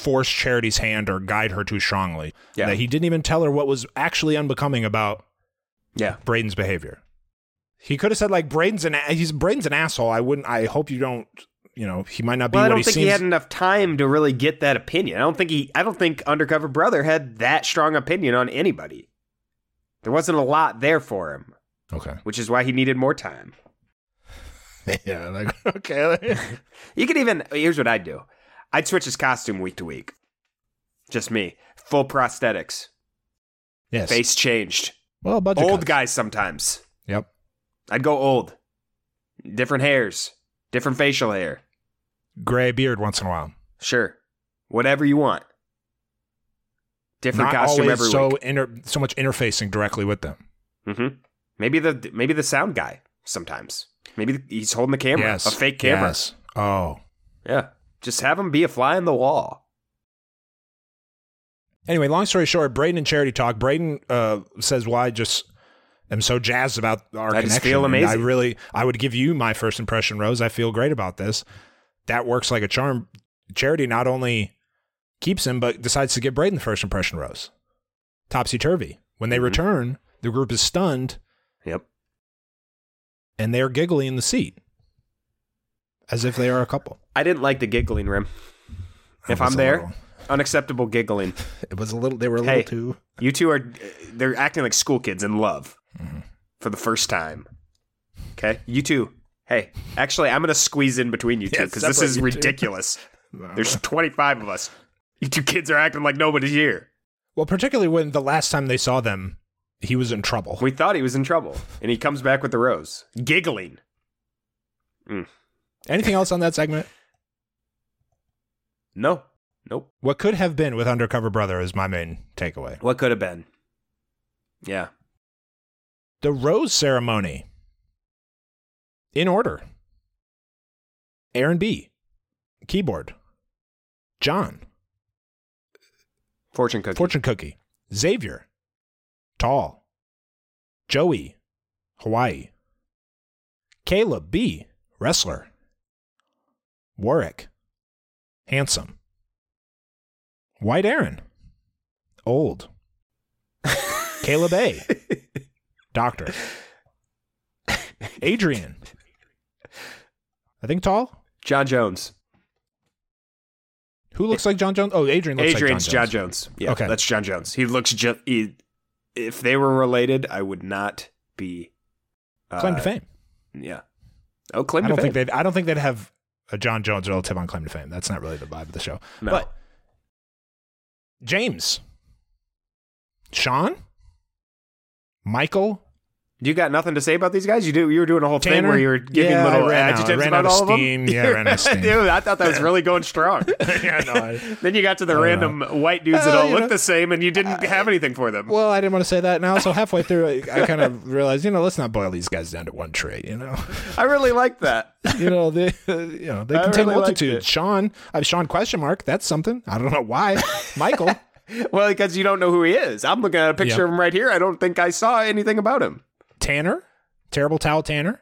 [SPEAKER 1] force Charity's hand or guide her too strongly
[SPEAKER 2] Yeah.
[SPEAKER 1] that he didn't even tell her what was actually unbecoming about
[SPEAKER 2] yeah
[SPEAKER 1] Braden's behavior. He could have said like Braden's an a- he's Braden's an asshole. I wouldn't. I hope you don't. You know, he might not be
[SPEAKER 2] Well, I
[SPEAKER 1] what
[SPEAKER 2] don't
[SPEAKER 1] he
[SPEAKER 2] think
[SPEAKER 1] seems.
[SPEAKER 2] he had enough time to really get that opinion. I don't think he. I don't think Undercover Brother had that strong opinion on anybody. There wasn't a lot there for him, *laughs*
[SPEAKER 1] okay.
[SPEAKER 2] which is why he needed more time.
[SPEAKER 1] yeah. Like *laughs*
[SPEAKER 2] *laughs*
[SPEAKER 1] okay.
[SPEAKER 2] You could even. Here's what I'd do. I'd switch his costume week to week. Just me, full prosthetics,
[SPEAKER 1] yes.
[SPEAKER 2] face changed,
[SPEAKER 1] Well, a bunch of
[SPEAKER 2] Old
[SPEAKER 1] cuts.
[SPEAKER 2] guys sometimes.
[SPEAKER 1] Yep.
[SPEAKER 2] I'd go old. Different hairs, different facial hair.
[SPEAKER 1] Gray beard once in a while.
[SPEAKER 2] Sure. Whatever you want. Different
[SPEAKER 1] Not
[SPEAKER 2] costume
[SPEAKER 1] always
[SPEAKER 2] every
[SPEAKER 1] so
[SPEAKER 2] week.
[SPEAKER 1] inter- so much interfacing directly with them.
[SPEAKER 2] hmm Maybe the maybe the sound guy sometimes. Maybe the, he's holding the camera,
[SPEAKER 1] Yes.
[SPEAKER 2] a fake camera.
[SPEAKER 1] Yes. Oh.
[SPEAKER 2] Yeah. Just have him be a fly in the wall.
[SPEAKER 1] Anyway, long story short, Braden and Charity talk. Braden uh, says, "Well, I just am so jazzed about our
[SPEAKER 2] I
[SPEAKER 1] connection.
[SPEAKER 2] just feel
[SPEAKER 1] and I
[SPEAKER 2] amazing."
[SPEAKER 1] really, I would give you my first impression, Rose. I feel great about this. That works like a charm. Charity not only keeps him, but decides to give Braden the first impression, Rose. Topsy turvy. When they
[SPEAKER 2] Mhm.
[SPEAKER 1] return, the group is stunned
[SPEAKER 2] Yep.
[SPEAKER 1] and they are giggling in the seat, as if they are a couple.
[SPEAKER 2] I didn't like the giggling rim.
[SPEAKER 1] It
[SPEAKER 2] If
[SPEAKER 1] was
[SPEAKER 2] I'm
[SPEAKER 1] a
[SPEAKER 2] there,
[SPEAKER 1] little-
[SPEAKER 2] unacceptable giggling.
[SPEAKER 1] it was a little. They were a
[SPEAKER 2] Hey.
[SPEAKER 1] little too.
[SPEAKER 2] You two are they're acting like school kids in love
[SPEAKER 1] Mm-hmm.
[SPEAKER 2] for the first time. Okay? You two. Hey, actually I'm going to squeeze in between you two
[SPEAKER 1] Yeah,
[SPEAKER 2] cuz this
[SPEAKER 1] separate
[SPEAKER 2] is
[SPEAKER 1] you two.
[SPEAKER 2] ridiculous. There's 25 of us. You two kids are acting like nobody's here.
[SPEAKER 1] Well, particularly when the last time they saw them, he was in trouble.
[SPEAKER 2] We thought he was in trouble and he comes back with the rose, giggling.
[SPEAKER 1] Anything else on that segment?
[SPEAKER 2] No. Nope.
[SPEAKER 1] What could have been with Undercover Brother is my main takeaway.
[SPEAKER 2] What could have been? Yeah.
[SPEAKER 1] The rose ceremony. In order. Aaron B. Keyboard. John.
[SPEAKER 2] Fortune cookie.
[SPEAKER 1] Fortune cookie. Xavier. Tall. Joey. Hawaii. Caleb B. Wrestler. Warwick. Handsome. White Aaron.
[SPEAKER 2] *laughs*
[SPEAKER 1] Old. Caleb A. Doctor. Adrian. I think tall.
[SPEAKER 2] John Jones.
[SPEAKER 1] Who looks like John Jones? Oh, Adrian looks
[SPEAKER 2] Adrian's
[SPEAKER 1] like
[SPEAKER 2] John
[SPEAKER 1] John Jones.
[SPEAKER 2] Jones. Yeah,
[SPEAKER 1] Okay.
[SPEAKER 2] that's John Jones. He looks just. He, if they were related, I would not be. Uh,
[SPEAKER 1] Claim to fame.
[SPEAKER 2] Yeah. Oh, claim
[SPEAKER 1] I
[SPEAKER 2] to
[SPEAKER 1] don't
[SPEAKER 2] fame.
[SPEAKER 1] think they'd. I don't think they'd have a John Jones relative on claim to fame. That's not really the vibe of the show.
[SPEAKER 2] No.
[SPEAKER 1] But James, Sean, Michael,
[SPEAKER 2] you got nothing to say about these guys. You do. You were doing a whole thing
[SPEAKER 1] Tanner?
[SPEAKER 2] where you were giving
[SPEAKER 1] Yeah, I
[SPEAKER 2] little
[SPEAKER 1] ran out-
[SPEAKER 2] adjectives
[SPEAKER 1] ran out
[SPEAKER 2] about
[SPEAKER 1] of
[SPEAKER 2] all
[SPEAKER 1] steam.
[SPEAKER 2] of them.
[SPEAKER 1] Yeah, I ran out of steam.
[SPEAKER 2] *laughs* Dude, I thought that was really going strong.
[SPEAKER 1] *laughs* yeah, no, I-
[SPEAKER 2] then you got to the
[SPEAKER 1] I don't
[SPEAKER 2] random white dudes that
[SPEAKER 1] Uh,
[SPEAKER 2] all
[SPEAKER 1] you
[SPEAKER 2] look
[SPEAKER 1] know,
[SPEAKER 2] the same, and you didn't have anything for them.
[SPEAKER 1] well, I didn't want to say that, and also halfway through, I, I kind of realized, you know, let's not boil these guys down to one trait. You know, *laughs*
[SPEAKER 2] I really like that. *laughs*
[SPEAKER 1] you know, they, *laughs* you know, they
[SPEAKER 2] I
[SPEAKER 1] contain
[SPEAKER 2] really liked
[SPEAKER 1] multitude.
[SPEAKER 2] it.
[SPEAKER 1] Sean, I have Sean question mark. That's something. I don't know why.
[SPEAKER 2] *laughs*
[SPEAKER 1] Michael,
[SPEAKER 2] Well, because you don't know who he is. I'm looking at a picture
[SPEAKER 1] Yep.
[SPEAKER 2] of him right here. I don't think I saw anything about him.
[SPEAKER 1] Tanner, terrible towel Tanner,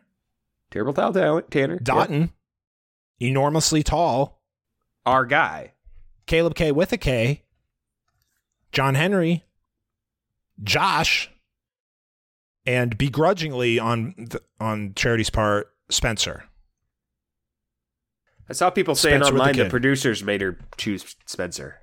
[SPEAKER 2] Terrible tall talent, Tanner. Yep.
[SPEAKER 1] Dotton, enormously tall,
[SPEAKER 2] Our guy.
[SPEAKER 1] Caleb K with a K, John Henry, Josh, and begrudgingly on th- on Charity's part, Spencer.
[SPEAKER 2] I saw people saying
[SPEAKER 1] Spencer with the
[SPEAKER 2] online the
[SPEAKER 1] kid.
[SPEAKER 2] producers made her choose Spencer.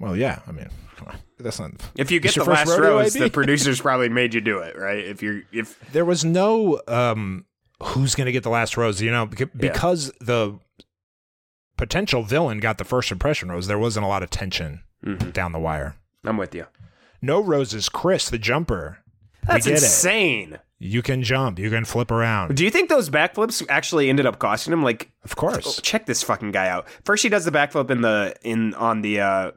[SPEAKER 1] Well, yeah, I mean, come on. that's not.
[SPEAKER 2] If you get
[SPEAKER 1] It's your
[SPEAKER 2] the last
[SPEAKER 1] first rodeo,
[SPEAKER 2] rose,
[SPEAKER 1] AB?
[SPEAKER 2] the producers probably made you do it, right? If you're if
[SPEAKER 1] There was no um, who's going to get the last rose, you know, beca-
[SPEAKER 2] Yeah.
[SPEAKER 1] because the potential villain got the first impression rose. There wasn't a lot of tension
[SPEAKER 2] Mm-hmm.
[SPEAKER 1] down the wire.
[SPEAKER 2] I'm with you.
[SPEAKER 1] No roses, Chris the jumper. We
[SPEAKER 2] That's
[SPEAKER 1] did it.
[SPEAKER 2] insane.
[SPEAKER 1] You can jump. You can flip around.
[SPEAKER 2] Do you think those backflips actually ended up costing him? Like
[SPEAKER 1] Of course.
[SPEAKER 2] Oh, check this fucking guy out. First he does the backflip in the in on the uh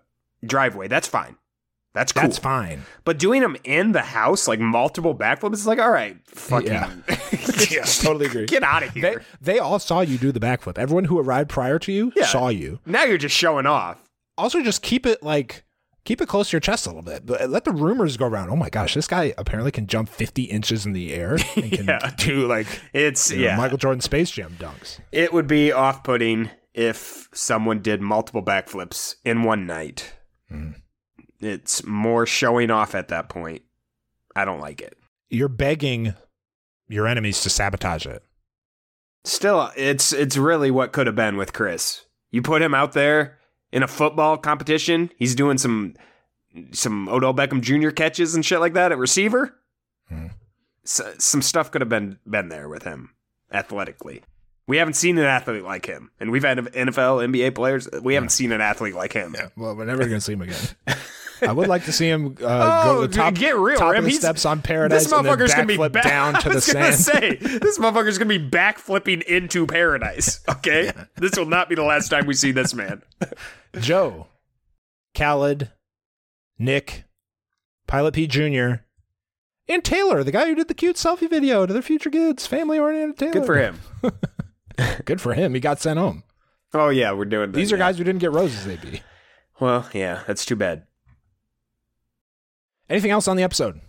[SPEAKER 2] driveway. That's fine. That's cool.
[SPEAKER 1] That's *laughs* fine.
[SPEAKER 2] But doing them in the house, like multiple backflips, is like, all right, fucking *laughs*
[SPEAKER 1] Yeah. *laughs* totally agree.
[SPEAKER 2] get out of
[SPEAKER 1] They,
[SPEAKER 2] here.
[SPEAKER 1] they all saw you do the backflip. Everyone who arrived prior to you
[SPEAKER 2] Yeah.
[SPEAKER 1] saw you.
[SPEAKER 2] now you're just showing off.
[SPEAKER 1] Also, just keep it like keep it close to your chest a little bit. But uh, Let the rumors go around. Oh my gosh, this guy apparently can jump fifty inches in the
[SPEAKER 2] *laughs*
[SPEAKER 1] air and can
[SPEAKER 2] Yeah.
[SPEAKER 1] *laughs* do like
[SPEAKER 2] It's
[SPEAKER 1] you know,
[SPEAKER 2] yeah.
[SPEAKER 1] Michael Jordan Space Jam dunks.
[SPEAKER 2] It would be off putting if someone did multiple backflips in one night.
[SPEAKER 1] Hmm.
[SPEAKER 2] It's more showing off at that point. I don't like it.
[SPEAKER 1] You're begging your enemies to sabotage it.
[SPEAKER 2] Still, it's it's really what could have been with Chris. You put him out there in a football competition. He's doing some some Odell Beckham Jr. catches and shit like that at receiver.
[SPEAKER 1] Mhm.
[SPEAKER 2] S- some stuff could have been been there with him athletically. We haven't seen an athlete like him, and we've had NFL, NBA players. We haven't seen an athlete like him.
[SPEAKER 1] Well, we're never gonna see him again. *laughs* I would like to see him uh, go to
[SPEAKER 2] Oh,
[SPEAKER 1] the top,
[SPEAKER 2] dude, get real,
[SPEAKER 1] top
[SPEAKER 2] Rim.
[SPEAKER 1] of the
[SPEAKER 2] He's-
[SPEAKER 1] steps on Paradise
[SPEAKER 2] this
[SPEAKER 1] and then
[SPEAKER 2] motherfucker's gonna be
[SPEAKER 1] backflip
[SPEAKER 2] back,
[SPEAKER 1] down to
[SPEAKER 2] *laughs* I
[SPEAKER 1] the
[SPEAKER 2] was gonna
[SPEAKER 1] sand. *laughs*
[SPEAKER 2] say this motherfucker's gonna be backflipping into
[SPEAKER 1] *laughs*
[SPEAKER 2] paradise.
[SPEAKER 1] Oh,
[SPEAKER 2] Okay, this will not be the last time we see this man.
[SPEAKER 1] Joe, Khaled, Nick, Pilot Pete Jr., and Taylor, the guy who did the cute selfie video to their future kids, family oriented Taylor.
[SPEAKER 2] Good for him.
[SPEAKER 1] *laughs* Good for him. He got sent home.
[SPEAKER 2] Oh yeah, we're doing.
[SPEAKER 1] These
[SPEAKER 2] that,
[SPEAKER 1] are
[SPEAKER 2] yeah.
[SPEAKER 1] guys who didn't get roses, AB.
[SPEAKER 2] Well, yeah, that's too bad.
[SPEAKER 1] Anything else on the episode?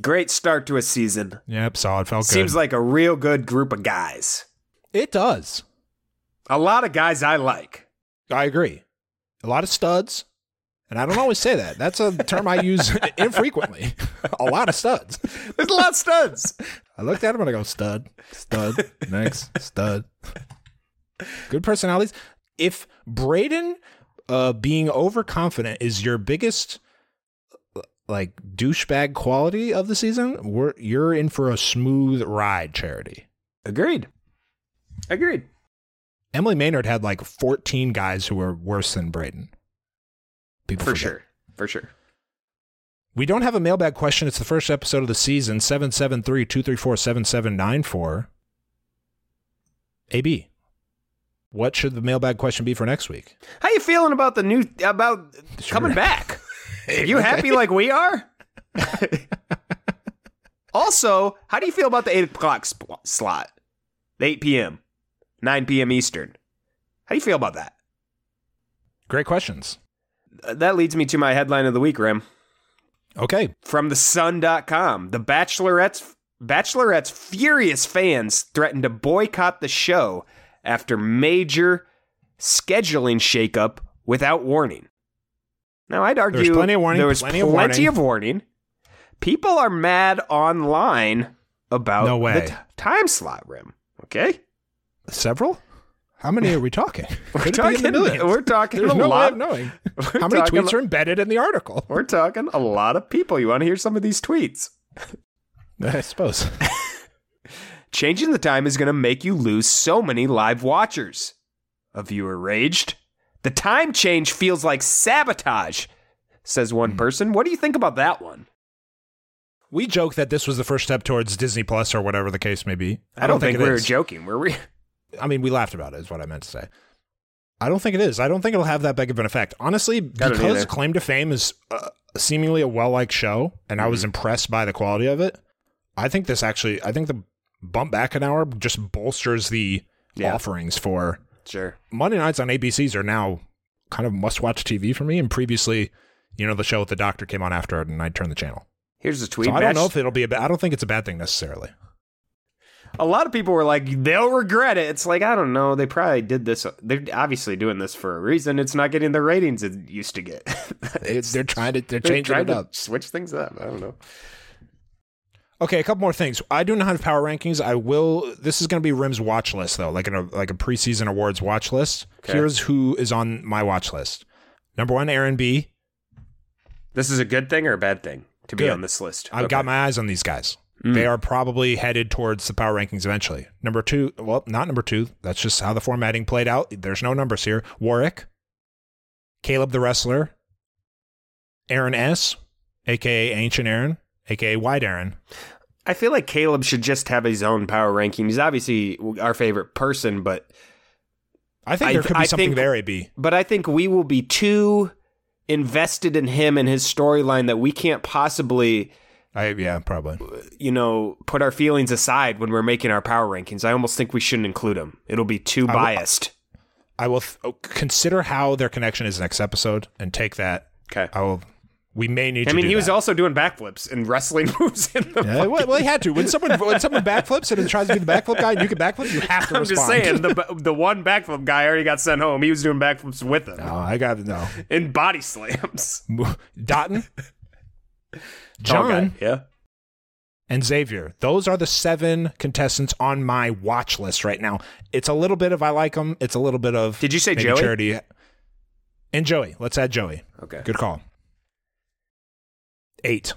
[SPEAKER 2] Great start to a season.
[SPEAKER 1] Yep, solid. Felt
[SPEAKER 2] Seems like a real good group of guys.
[SPEAKER 1] it does.
[SPEAKER 2] A lot of guys I like. *laughs*
[SPEAKER 1] I agree. A lot of studs. And I don't always say that. That's a term I
[SPEAKER 2] *laughs*
[SPEAKER 1] use infrequently. a lot of studs.
[SPEAKER 2] There's a lot of studs.
[SPEAKER 1] I looked at him and I go, stud, stud, next, stud. Good personalities. If Braden uh, being overconfident is your biggest like douchebag quality of the season, we're, you're in for a smooth ride, Charity.
[SPEAKER 2] Agreed. Agreed.
[SPEAKER 1] Emily Maynard had like 14 guys who were worse than Braden. People
[SPEAKER 2] For
[SPEAKER 1] forget.
[SPEAKER 2] sure. For sure.
[SPEAKER 1] We don't have a mailbag question. It's the first episode of the season 773 234 7794. AB, what should the mailbag question be for next week?
[SPEAKER 2] How you feeling about the new about coming back? you happy like we are? *laughs* also, how do you feel about the eight o'clock sp- slot? The eight p.m., nine p.m. Eastern. How do you feel about that?
[SPEAKER 1] *laughs* Great questions.
[SPEAKER 2] Uh, That leads me to my headline of the week, Rim.
[SPEAKER 1] Okay.
[SPEAKER 2] from the sun.com the bachelorette's bachelorette's furious fans threatened to boycott the show after major scheduling shakeup without warning now i'd argue
[SPEAKER 1] plenty of warning,
[SPEAKER 2] there was
[SPEAKER 1] plenty of
[SPEAKER 2] plenty
[SPEAKER 1] warning.
[SPEAKER 2] of warning. people are mad online about
[SPEAKER 1] No way.
[SPEAKER 2] the t- time slot rim okay
[SPEAKER 1] Several? How many are we talking?
[SPEAKER 2] *laughs* we're
[SPEAKER 1] Could it be in the
[SPEAKER 2] talking,
[SPEAKER 1] millions?
[SPEAKER 2] we're
[SPEAKER 1] *laughs*
[SPEAKER 2] talking
[SPEAKER 1] There's
[SPEAKER 2] a
[SPEAKER 1] no way
[SPEAKER 2] lot
[SPEAKER 1] of knowing.
[SPEAKER 2] *laughs* We're
[SPEAKER 1] How many
[SPEAKER 2] talking
[SPEAKER 1] tweets
[SPEAKER 2] a-
[SPEAKER 1] are embedded in the article? *laughs*
[SPEAKER 2] we're talking a lot of people you want to hear some of these tweets
[SPEAKER 1] I suppose.
[SPEAKER 2] Changing the time is going to make you lose so many live watchers. A viewer raged. The time change feels like sabotage, says
[SPEAKER 1] Hmm.
[SPEAKER 2] one person. What do you think about that one?
[SPEAKER 1] We joke that this was the first step towards Disney Plus or whatever the case may be.
[SPEAKER 2] I, don't, think,
[SPEAKER 1] it
[SPEAKER 2] we were
[SPEAKER 1] is.
[SPEAKER 2] joking,
[SPEAKER 1] *laughs*
[SPEAKER 2] were we?
[SPEAKER 1] I mean, we laughed about it, is what I meant to say. I don't think it is. I don't think it'll have that big of an effect. Honestly,
[SPEAKER 2] don't
[SPEAKER 1] because
[SPEAKER 2] either.
[SPEAKER 1] Claim to Fame is uh, seemingly a well liked show, and I
[SPEAKER 2] Mm-hmm.
[SPEAKER 1] was impressed by the quality of it, I think this actually, I think the bump back an hour just bolsters the
[SPEAKER 2] Yeah.
[SPEAKER 1] offerings for
[SPEAKER 2] Sure.
[SPEAKER 1] Monday nights on ABCs are now kind of must watch TV for me. And previously, you know, the show with the doctor came on after it, and I turned the channel.
[SPEAKER 2] Here's a tweet.
[SPEAKER 1] So I don't know
[SPEAKER 2] Bach-
[SPEAKER 1] if it'll be a ba- I don't think it's a bad thing necessarily.
[SPEAKER 2] a lot of people were like, they'll regret it. It's like, I don't know. They probably did this. They're obviously doing this for a reason. It's not getting the ratings it used to get. *laughs*
[SPEAKER 1] It's, they're trying to, they're
[SPEAKER 2] They're
[SPEAKER 1] changing
[SPEAKER 2] trying
[SPEAKER 1] it
[SPEAKER 2] to
[SPEAKER 1] up.
[SPEAKER 2] Switch things up. I don't know.
[SPEAKER 1] Okay, a couple more things. I do not have power rankings. I will. This is going to be Rim's watch list though, like in a like a preseason awards watch list.
[SPEAKER 2] Okay.
[SPEAKER 1] Here's who is on my watch list. Number one, Aaron B.
[SPEAKER 2] This is a good thing or a bad thing to be
[SPEAKER 1] Good.
[SPEAKER 2] on this list.
[SPEAKER 1] I've got my eyes on these guys.
[SPEAKER 2] Hmm.
[SPEAKER 1] They are probably headed towards the power rankings eventually. Number two, well, not number two. That's just how the formatting played out. There's no numbers here. Warwick, Caleb the wrestler, Aaron S, aka Ancient Aaron, aka Wide Aaron.
[SPEAKER 2] I feel like Caleb should just have his own power ranking. He's obviously our favorite person, but
[SPEAKER 1] I think
[SPEAKER 2] I-
[SPEAKER 1] there could be
[SPEAKER 2] I
[SPEAKER 1] something
[SPEAKER 2] think-
[SPEAKER 1] there, AB.
[SPEAKER 2] but I think we will be too invested in him and his storyline that we can't possibly,
[SPEAKER 1] I yeah, probably.
[SPEAKER 2] you know, put our feelings aside when we're making our power rankings. I almost think we shouldn't include him. It'll be too
[SPEAKER 1] I w-
[SPEAKER 2] biased.
[SPEAKER 1] I will th- oh, consider how their connection is next episode and take that.
[SPEAKER 2] Okay.
[SPEAKER 1] I will. We may need.
[SPEAKER 2] I
[SPEAKER 1] to
[SPEAKER 2] mean,
[SPEAKER 1] do
[SPEAKER 2] he was
[SPEAKER 1] that.
[SPEAKER 2] also doing backflips and wrestling *laughs* moves in the.
[SPEAKER 1] Yeah, well, well, he had to. When someone when someone backflips and tries to be the backflip guy, and you can backflip. You have to
[SPEAKER 2] *laughs* I'm just
[SPEAKER 1] respond.
[SPEAKER 2] saying the ba- the one backflip guy already got sent home. He was doing backflips with him
[SPEAKER 1] *laughs* No, I got no.
[SPEAKER 2] in body slams. *laughs*
[SPEAKER 1] Dotton, John,
[SPEAKER 2] Okay, yeah.
[SPEAKER 1] and Xavier. Those are the seven contestants on my watch list right now. It's a little bit of I like them. It's a little bit of
[SPEAKER 2] Did you say
[SPEAKER 1] maybe
[SPEAKER 2] Joey?
[SPEAKER 1] Charity and Joey. Let's add Joey.
[SPEAKER 2] Okay.
[SPEAKER 1] Good call. Eight.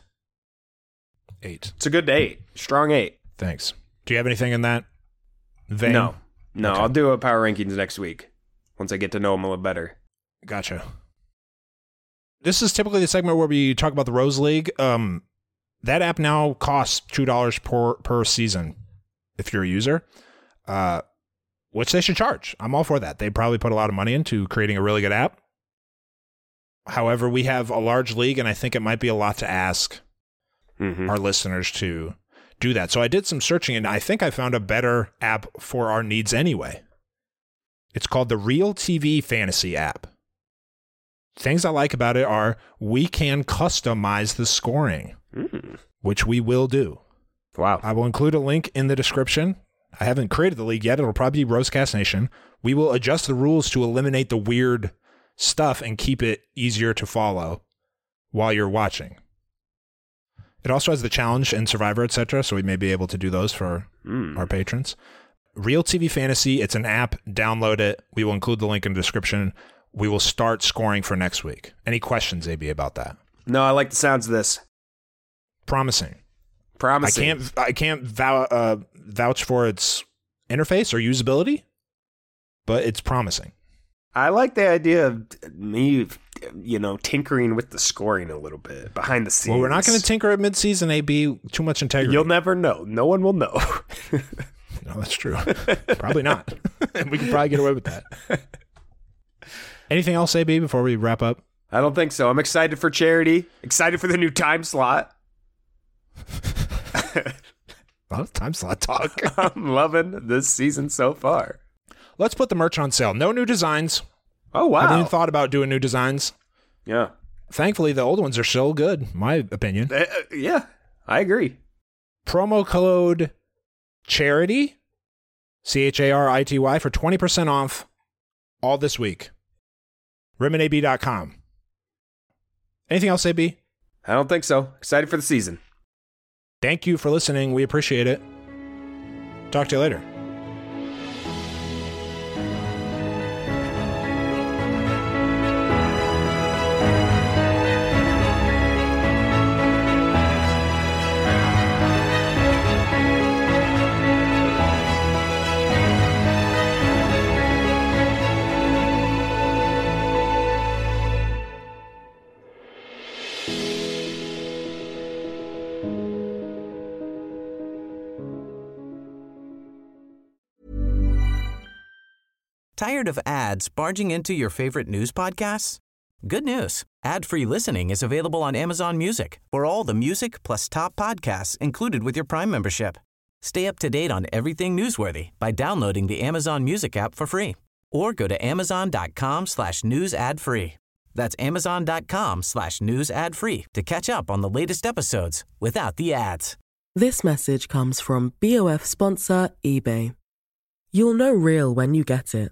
[SPEAKER 1] Eight.
[SPEAKER 2] It's a good eight, strong eight.
[SPEAKER 1] Thanks. Do you have anything in that vein?
[SPEAKER 2] No, no,
[SPEAKER 1] Okay.
[SPEAKER 2] I'll do a power rankings next week once I get to know him a little better.
[SPEAKER 1] Gotcha. This is typically the segment where we talk about the Rose League. Um, that app now costs two dollars per per season if you're a user, uh, which they should charge. I'm all for that. They probably put a lot of money into creating a really good app. However, we have a large league, and I think it might be a lot to ask
[SPEAKER 2] hmm
[SPEAKER 1] our listeners to do that. So I did some searching and I think I found a better app for our needs anyway. It's called the Real TV Fantasy app. Things I like about it are we can customize the scoring, Mm. which we will do.
[SPEAKER 2] Wow.
[SPEAKER 1] I will include a link in the description. I haven't created the league yet. It'll probably be Rosecast Nation. We will adjust the rules to eliminate the weird stuff and keep it easier to follow while you're watching. It also has the challenge and survivor, etc. So we may be able to do those for
[SPEAKER 2] Mm.
[SPEAKER 1] our patrons. Real TV Fantasy, it's an app. Download it. We will include the link in the description. We will start scoring for next week. Any questions, AB, about that?
[SPEAKER 2] No, I like the sounds of this.
[SPEAKER 1] Promising. I
[SPEAKER 2] Promising.
[SPEAKER 1] can't I can't vou- uh, vouch for its interface or usability, but it's promising.
[SPEAKER 2] I like the idea of me, you know, tinkering with the scoring a little bit behind the scenes.
[SPEAKER 1] Well, we're not going to tinker at midseason. AB too much integrity.
[SPEAKER 2] You'll never know. No one will know. *laughs*
[SPEAKER 1] no, that's *laughs* true. probably *laughs* not. we can probably get away with that. *laughs* Anything else, AB, before we wrap up?
[SPEAKER 2] I don't think so. I'm excited for charity. Excited for the new time slot.
[SPEAKER 1] A lot of time slot talk.
[SPEAKER 2] *laughs* I'm loving this season so far.
[SPEAKER 1] Let's put the merch on sale. No new designs. I
[SPEAKER 2] Oh wow.
[SPEAKER 1] haven't even thought about doing new designs.
[SPEAKER 2] yeah.
[SPEAKER 1] Thankfully, the old ones are still good, in my opinion.
[SPEAKER 2] Uh, uh, yeah. I agree.
[SPEAKER 1] promo code charity C H A R I T Y for 20% off all this week. RimonAB.com. Anything else, AB?
[SPEAKER 2] I don't think so. Excited for the season.
[SPEAKER 1] Thank you for listening. We appreciate it. Talk to you later.
[SPEAKER 4] Tired of ads barging into your favorite news podcasts? Good news. Ad-free listening is available on Amazon Music. For all the music plus top podcasts included with your Prime membership. Stay up to date on everything newsworthy by downloading the Amazon Music app for free or go to amazon.com slash news ad free. That's amazon.com slash news ad free to catch up on the latest episodes without the ads.
[SPEAKER 5] This message comes from BOF sponsor eBay. You'll know real when you get it.